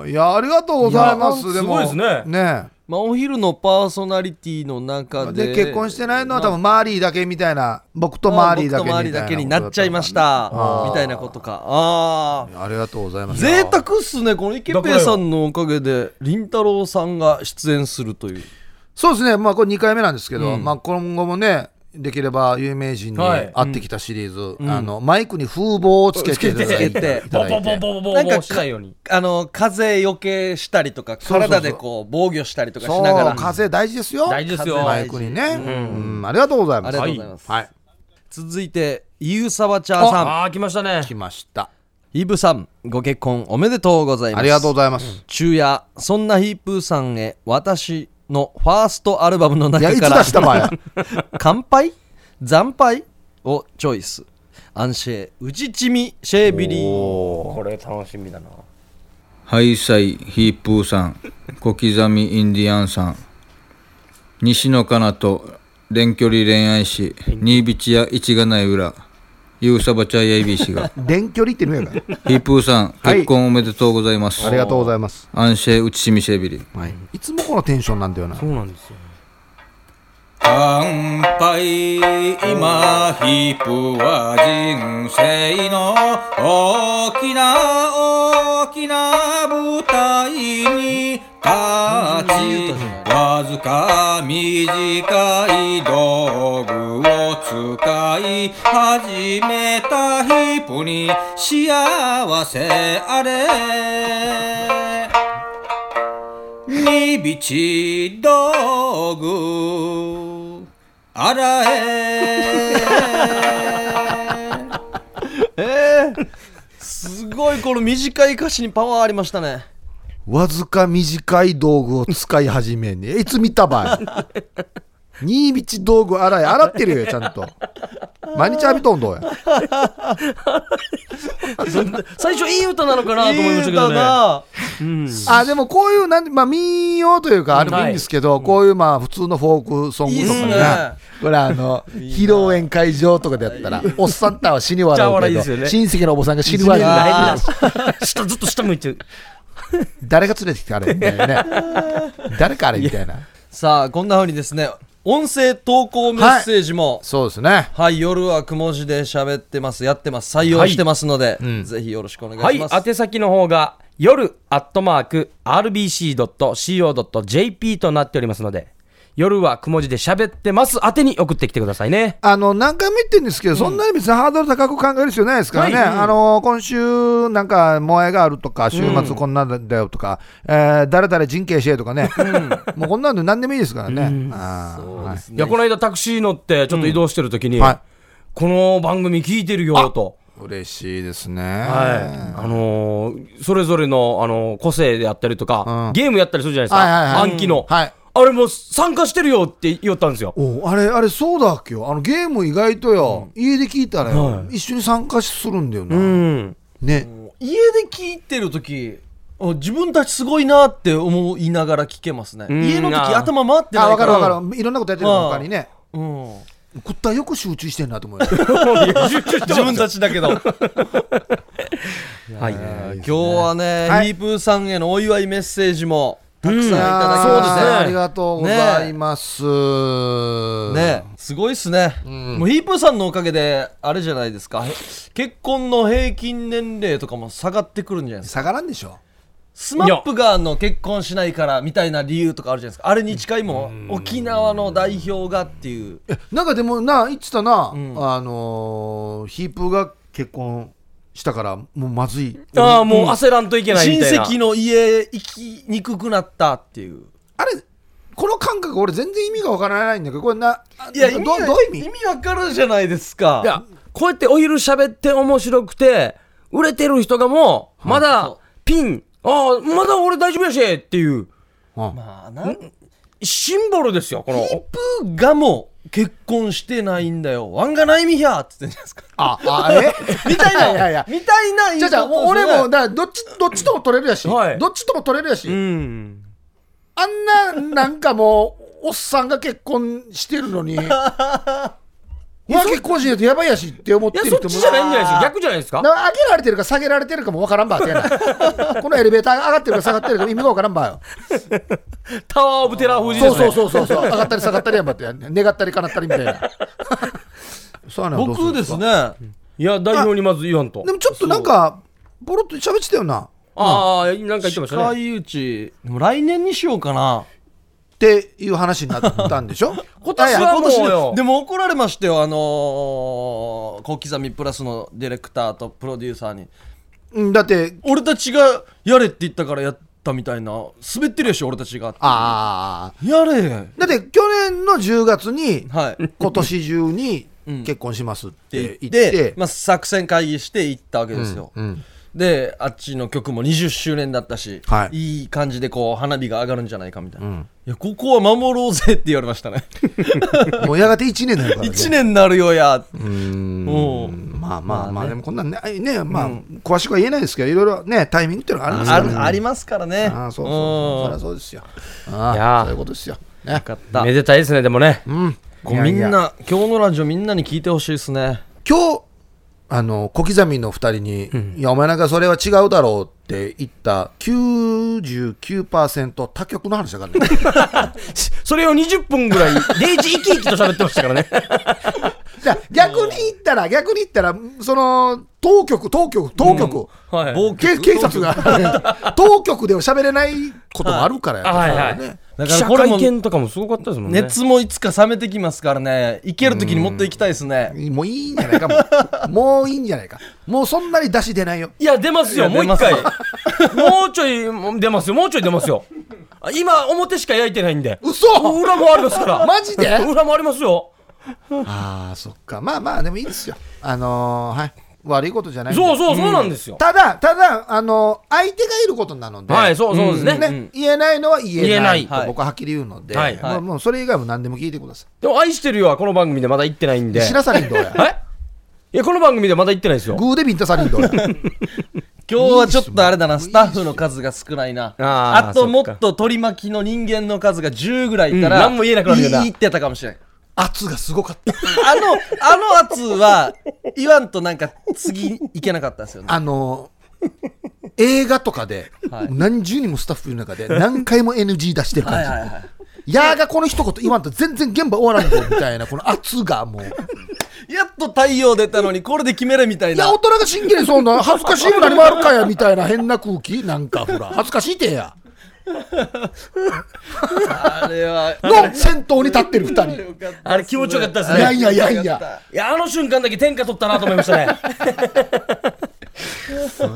Speaker 3: ん。いや、ありがとうございます。
Speaker 2: いや
Speaker 3: でも。
Speaker 2: すごいですね
Speaker 3: ね
Speaker 1: まあお昼のパーソナリティの中
Speaker 3: で
Speaker 1: で
Speaker 3: 結婚してないのは多分マーリーだけみたいな僕とマーリーだけ
Speaker 1: 僕と周
Speaker 3: みたいな
Speaker 1: りだけになっちゃいました
Speaker 3: あー
Speaker 1: みたいなことかああ
Speaker 3: ありがとうございます
Speaker 1: 贅沢っすねこの池平さんのおかげでりんたろうさんが出演するという
Speaker 3: そうですねまあこれ2回目なんですけど、
Speaker 1: うん
Speaker 3: まあ今後もねできれば有名人に
Speaker 2: はい
Speaker 3: 会ってきたシリーズ、あのマイクに風防をつけていただい
Speaker 1: つけて
Speaker 3: ていただいて
Speaker 2: ボボボボボボ
Speaker 1: なんか
Speaker 2: しないように
Speaker 1: あの風よけしたりとか
Speaker 3: そうそう
Speaker 1: 体でこう防御したりとかし
Speaker 3: そう
Speaker 1: ながら
Speaker 3: 風大事ですよ
Speaker 2: 大事ですよ
Speaker 3: マイクにね、うんありがとうございます
Speaker 1: ありがとうございます
Speaker 3: はい
Speaker 1: 続いてゆうさわちゃーさん
Speaker 2: ああ来ましたね
Speaker 3: 来ました
Speaker 1: イブさんご結婚おめでとうございます
Speaker 3: ありがとうございます、
Speaker 1: 昼夜そんなヒープーさんへ私のファーストアルバムの中
Speaker 3: いやいつ
Speaker 1: か
Speaker 3: 出
Speaker 1: ら
Speaker 3: した場合や
Speaker 1: (laughs) 乾杯惨敗をチョイスアンシェウジチミシェービリー
Speaker 2: これ楽しみだな
Speaker 7: ハイサイヒープーさん小刻みインディアンさん西野カナと遠距離恋愛し新ビチや一がない裏ユーサバチャイ ABC
Speaker 3: (laughs)
Speaker 7: が
Speaker 3: 電距離ってねえ (laughs) から
Speaker 7: ヒープーさん
Speaker 3: はい
Speaker 7: 結婚おめでとうございます、
Speaker 3: ありがとうございます、
Speaker 7: アンシェウチシミシェビリ
Speaker 3: はい、いつもこのテンションなんだよな
Speaker 2: そうなんですよ
Speaker 7: 乾杯今ヒープは人生の大きな大きな舞台に立ちわずか短い道具を使い始めたヒープに幸せあれにびち道具洗え
Speaker 1: えー、すごいこの短い歌詞にパワーありましたね
Speaker 3: わずか短い道具を使い始めに。えいつ見たばい。 (laughs) 新道道具洗い。洗ってるよ、ちゃんと。毎日浴びとんどうや。
Speaker 2: 最初いい歌なのかなと思いましたけど
Speaker 1: いい歌
Speaker 2: ね
Speaker 1: だ
Speaker 3: あ、でもこういう、なんまあ、民謡というか、あれもいいんですけど、こういうまあ、普通のフォークソングと
Speaker 1: いいっす
Speaker 3: か
Speaker 1: ね
Speaker 3: ね。これあの、披露宴会場とかでやったら、おっさんたは死に笑う
Speaker 2: めっちゃ笑いで
Speaker 3: け
Speaker 2: すよ
Speaker 3: ど、
Speaker 2: ね
Speaker 3: 親戚のお坊さんが死に笑
Speaker 1: いじ
Speaker 3: う。
Speaker 1: あ
Speaker 2: (laughs) 下ずっと下向いてる
Speaker 3: 誰が連れてきたあれみたいなね。誰かあれみたいな。
Speaker 1: さあこんな風にですね音声投稿メッセージも、
Speaker 3: そうですね。
Speaker 1: はい、夜はくも字で喋ってます、やってます、採用してますので、ぜひよろしくお願
Speaker 2: はい
Speaker 1: します。
Speaker 2: い宛先の方が夜アットマーク RBC.CO.JP となっておりますので夜はくも字で喋ってます宛てに送ってきてくださいね
Speaker 3: あの何回も言ってるんですけど、そんなに別にハードル高く考える必要ないですからね、あの今週、なんか、萌えがあるとか、週末こんなんだよとか、えー誰々人形してとかね、もうこんなの何でもいいですからね。あーはい
Speaker 2: いやこの間タクシー乗ってちょっと移動してる時に、
Speaker 3: はい
Speaker 2: この番組聞いてるよと
Speaker 3: 嬉しいですね。
Speaker 2: はい、あのーそれぞれの、あのー個性であったりとか、
Speaker 3: うん
Speaker 2: ゲームやったりするじゃないですか、
Speaker 3: はいはいはい
Speaker 2: 暗記の、
Speaker 3: はい
Speaker 2: あれも参加してるよって言ったんですよ
Speaker 3: おあれ、あれ、そうだっけよ。あのゲーム意外とよ、家で聞いたらよ、一緒に参加するんだよな。
Speaker 2: うん
Speaker 3: ね。
Speaker 1: 家で聞いてる時あ自分たちすごいなって思いながら聞けますね。
Speaker 2: ん
Speaker 1: 家の時
Speaker 2: あー
Speaker 1: 頭回ってな
Speaker 3: あ、
Speaker 1: い
Speaker 3: わ
Speaker 1: か。
Speaker 3: からるわかる。いろんなことやってるの他にね。
Speaker 1: うん
Speaker 3: こったよく集中してんなと思うよ。
Speaker 1: 自分たちだけど
Speaker 2: は
Speaker 1: 今
Speaker 2: い、
Speaker 1: 日はね、
Speaker 3: はい
Speaker 1: ヒープーさんへのお祝いメッセージもたくさんい
Speaker 3: い
Speaker 1: た
Speaker 3: やー
Speaker 1: だきまし
Speaker 2: そうですね
Speaker 1: て
Speaker 3: ありがとうございます。
Speaker 1: ねすごいっすね、もうヒープーさんのおかげであれじゃないですかへ結婚の平均年齢とかも下がってくるんじゃないですか
Speaker 3: 下がらんでしょ。
Speaker 1: スマップがあの結婚しないからみたいな理由とかあるじゃないですかあれに近いもん沖縄の代表がっていう
Speaker 3: なんかでもな言ってたな、あのーヒープが結婚したからもうまずい
Speaker 2: ああ、もう焦らんといけない
Speaker 1: 親
Speaker 2: みたいな。
Speaker 1: 戚の家行きにくくなったっていう
Speaker 3: あれこの感覚俺全然意味がわからないんだけどこれなあ
Speaker 1: いや
Speaker 3: ど
Speaker 1: 意味
Speaker 3: どう
Speaker 1: が
Speaker 3: いう意味
Speaker 1: 意味わかるじゃないですか
Speaker 2: いや、こうやってお昼喋って面白くて、売れてる人がもう、まだピン、ああ、まだ俺大丈夫やしっていう、
Speaker 1: まあなんヒッ
Speaker 2: シンボルですよ、この。
Speaker 1: プがも結婚してないんだよワンがないみひゃーっつってんじゃないですか
Speaker 3: ああえみ (laughs) たいないやいや
Speaker 1: みたいな言い
Speaker 3: じ
Speaker 1: 方
Speaker 3: ゃあじゃあ
Speaker 1: をする
Speaker 3: 俺もだからどっちどっちとも取れるやし、
Speaker 2: はい
Speaker 3: どっちとも取れるやし、
Speaker 2: うん。
Speaker 3: あんななんかもうおっさんが結婚してるの
Speaker 2: (laughs)
Speaker 3: に今結婚しないとやばいやしって思っ
Speaker 2: い
Speaker 3: て
Speaker 2: や、
Speaker 3: る
Speaker 2: そっ
Speaker 3: 人も
Speaker 2: ちじゃないんじゃないですか。逆じゃないですか。
Speaker 3: な上げられてるか下げられてるかもわか
Speaker 2: (laughs)
Speaker 3: らんばってやなこのエレベーターが上がってるか下がってるかも意味がわからんばよ
Speaker 2: タワーオブテラー風
Speaker 3: そう
Speaker 2: です
Speaker 3: そう
Speaker 2: ね。
Speaker 3: そうそうそう上がったり下がったりやんばってやん願ったり叶ったりみたいなそうやねんどうる
Speaker 1: 僕
Speaker 3: ん
Speaker 1: です
Speaker 3: か
Speaker 1: ね
Speaker 2: いや、代表にまず言わんと
Speaker 3: で。もちょっとなんかボロッと喋ってたよな
Speaker 2: ああ、なんか言ってました
Speaker 1: 近
Speaker 2: ね。
Speaker 1: いうちでも来年にしようかな
Speaker 3: っていう話になったんでしょ
Speaker 2: 今年はもう
Speaker 1: 今
Speaker 2: よ
Speaker 1: 年でも怒られましたよあのー小刻みプラスのディレクターとプロデューサーに
Speaker 3: うんだって
Speaker 1: 俺たちがやれって言ったからやったみたいな滑ってるやし俺たちが
Speaker 3: ああ
Speaker 1: やれ
Speaker 3: だって去年の10月に
Speaker 1: はいっ
Speaker 3: 今年中に
Speaker 1: ん
Speaker 3: 結婚しますって
Speaker 1: て
Speaker 3: 言
Speaker 1: 言
Speaker 3: っ
Speaker 1: ってて、まあ、作戦会議して行ったわけですよ、
Speaker 3: うん
Speaker 1: であっちの曲も20周年だったし、、
Speaker 3: はい
Speaker 1: い感じでこう花火が上がるんじゃないかみたいな、いやここは守ろうぜって言われました
Speaker 3: (laughs)
Speaker 1: ね
Speaker 3: もうやがて1年になる
Speaker 1: (laughs)
Speaker 3: からね
Speaker 1: 1年になるよや
Speaker 3: う
Speaker 1: おうん
Speaker 3: まあまあまあでもこんなんねあねまあ詳しくは言えないですけどいろいろねタイミングっていうのがあるんです
Speaker 1: あ
Speaker 3: からね
Speaker 1: るありますからね
Speaker 3: ああそうそうそうそりゃそうですよ
Speaker 2: いや
Speaker 3: あ
Speaker 2: ー
Speaker 3: あそういうことですよね
Speaker 1: かった
Speaker 2: めでたいですね、でもね。
Speaker 3: うん
Speaker 1: こうみんな今日のラジオみんなに聞いてほしいですね
Speaker 3: 今日あの小刻みの2人に、いや、お前なんかそれは違うだろうって言った99%、他局の話だからね、
Speaker 2: それを20分ぐらい、0時 (laughs) 生き生きと喋ってましたからね。
Speaker 3: じ
Speaker 2: (laughs)
Speaker 3: ゃあ逆に言ったら、逆に言ったら、その当局、当局、当局、
Speaker 2: はい。
Speaker 1: 暴挙
Speaker 3: け警察が、当局では喋れないこともあるからやっ
Speaker 2: (laughs)
Speaker 3: ぱ
Speaker 2: は
Speaker 3: り
Speaker 2: い (laughs)
Speaker 3: ね、
Speaker 2: はい。
Speaker 1: だ
Speaker 2: 記
Speaker 1: か
Speaker 2: 者
Speaker 1: らこれ
Speaker 2: 会
Speaker 1: も
Speaker 2: 見とかもすごかったですもんね。
Speaker 1: 熱もいつか冷めてきますからね行ける時に持っていきたいですね
Speaker 3: もういいんじゃないか、もうもういいんじゃないか、もうそんなに出し出ないよ、
Speaker 2: いや、出ますよ、
Speaker 1: い
Speaker 2: も
Speaker 1: や
Speaker 2: う
Speaker 1: 出
Speaker 2: 一
Speaker 1: ます
Speaker 2: 回。もうちょいもう出ますよ、もうちょい出ますよ。あ今、表しか焼いてないんで。
Speaker 3: 嘘
Speaker 2: 裏もありますから。
Speaker 3: (laughs) マジで
Speaker 2: 裏もありますよ。
Speaker 3: ああ、そっか、まあまあ、でもいいですよ、あのーはい、悪いことじゃないんで
Speaker 2: そうそう、そうなんですよ。
Speaker 3: ただ、ただ、あの、相手がいることなので、
Speaker 2: はい、そうそうですね。
Speaker 3: ね
Speaker 2: うん
Speaker 3: 言えないのは言えない
Speaker 2: 言えない
Speaker 3: と僕ははっきり言うので、
Speaker 2: はい
Speaker 3: まあもうそれ以外も何でも聞いてくださ
Speaker 2: でも、愛してるよはこの番組でまだ言ってないん
Speaker 3: い。
Speaker 2: で。
Speaker 3: 白さりんどうや、
Speaker 2: えいや、この番組でまだ言ってないですよ。
Speaker 3: グーでビンタさりんどうや、
Speaker 1: 今日はちょっとあれだなスタッフの数が少ないな
Speaker 2: あー
Speaker 1: あとも
Speaker 2: そっ
Speaker 1: っ
Speaker 2: か
Speaker 1: と取り巻きの人間の数が10ぐらいいたら、
Speaker 2: うん何も言えなくなるよない
Speaker 1: いってたかもしれん
Speaker 3: 圧がすごかった。
Speaker 1: あのあの圧は言わんとなんか次いけなかったですよね
Speaker 3: (laughs) あの、映画とかで、
Speaker 1: はい
Speaker 3: 何十人もスタッフいる中で、何回も NG 出してる
Speaker 1: は
Speaker 3: 感
Speaker 1: い
Speaker 3: じ。
Speaker 1: はいはい
Speaker 3: やーがこの一言言わんと全然現場終わらんぞみたいな、この圧がもう。い
Speaker 1: やっと太陽出たのにこれで決めるみたい
Speaker 3: や、
Speaker 1: な
Speaker 3: 大人が真剣にそんな、恥ずかしいも何もあるかや、みたいな変な空気なんか、ほら、恥ずかしいてや。
Speaker 1: あれは
Speaker 3: の先頭に立ってる二人。
Speaker 2: あれ気持ちよかったです
Speaker 3: いやい
Speaker 2: ね。
Speaker 3: やいやいや。
Speaker 2: いや、あの瞬間だけ天下取ったなと思いました
Speaker 3: (laughs)
Speaker 2: ね。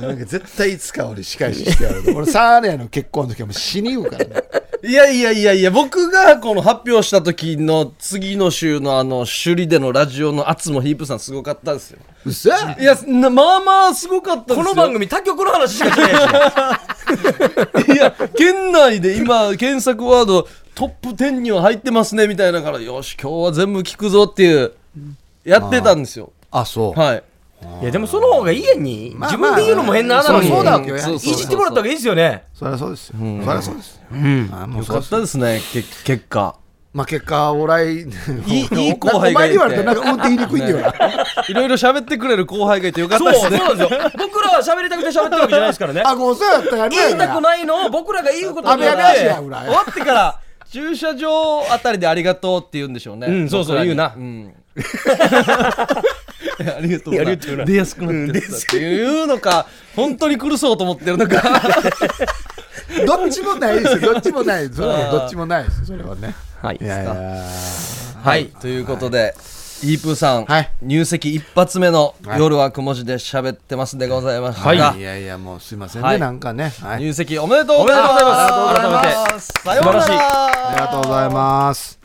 Speaker 3: なんか絶対いつか俺仕返ししてやる。 (laughs) 俺サーネの結婚の時はもう死にうからね。
Speaker 1: いやいやいやいや僕がこの発表した時の次の週のあの首里でのラジオの圧もヒープさんすごかったですよ
Speaker 3: うそ
Speaker 1: いやなまあまあすごかったですよ
Speaker 2: この番組、他局の話しかして
Speaker 3: (laughs)
Speaker 2: ないですね。
Speaker 1: いや、県内で今、検索ワード、トップ10には入ってますね、みたいなから、よし、今日は全部聞くぞっていう、やってたんですよ。
Speaker 3: あ、そう。
Speaker 1: はい。
Speaker 2: いや、でもその方がいいやに。
Speaker 3: あ
Speaker 2: 自分で言うのも変な穴なのに。
Speaker 3: まあそうだわけよ
Speaker 1: そうそう
Speaker 2: いじってもらった方がいいですよね。
Speaker 3: そりゃそうですよ。そりゃそうですよ。あもう
Speaker 1: よ
Speaker 3: そ
Speaker 1: か
Speaker 3: うで
Speaker 1: っ
Speaker 3: す
Speaker 1: たですね、け結果。
Speaker 3: まあ結果、おらい、いい
Speaker 1: いい後輩がいて
Speaker 3: お前に言われたらなんかうんって言いにくいんだよな。
Speaker 1: (laughs) いろいろ喋ってくれる後輩がいてよかっ
Speaker 2: そ
Speaker 1: た
Speaker 2: う、
Speaker 1: で
Speaker 2: そう
Speaker 1: すね。
Speaker 2: なんですよ。僕らは喋りたくて喋ってるわけじゃないです
Speaker 3: (laughs)
Speaker 2: からね。
Speaker 3: あ、ごそうやったやね。
Speaker 2: 言いたくないのを僕らが言うことによっ
Speaker 3: あやべやべ
Speaker 2: て
Speaker 3: やべ
Speaker 2: 終
Speaker 3: 裏や
Speaker 2: わってから、
Speaker 1: 駐車場あたりでありがとうって言うんでしょうね。
Speaker 2: うんそう
Speaker 1: 僕
Speaker 2: そう
Speaker 1: らに
Speaker 2: 言うな (laughs)
Speaker 1: うん。いやありがとうな
Speaker 2: ありがとうな
Speaker 1: 出やすくなってるっていうのか、本当に来るそうと思ってるのか。
Speaker 3: どっちもないですよ。どっちもない。それはもうどっちもないですよ。それはね。
Speaker 2: はい
Speaker 3: いやいや。
Speaker 1: はい、ということで、イープーさん、
Speaker 3: はい
Speaker 1: 入籍一発目の
Speaker 3: はい
Speaker 1: 夜はくも字で喋ってますでございましたが、
Speaker 2: はい
Speaker 3: やいや、もうすいません
Speaker 1: は
Speaker 3: ね。
Speaker 1: い
Speaker 3: なんかね。はい。
Speaker 1: 入籍おめでとうございます
Speaker 2: おめでとうございます
Speaker 1: ありがとうございます
Speaker 2: 素晴らしい
Speaker 1: さようなら
Speaker 3: ありがとうございます。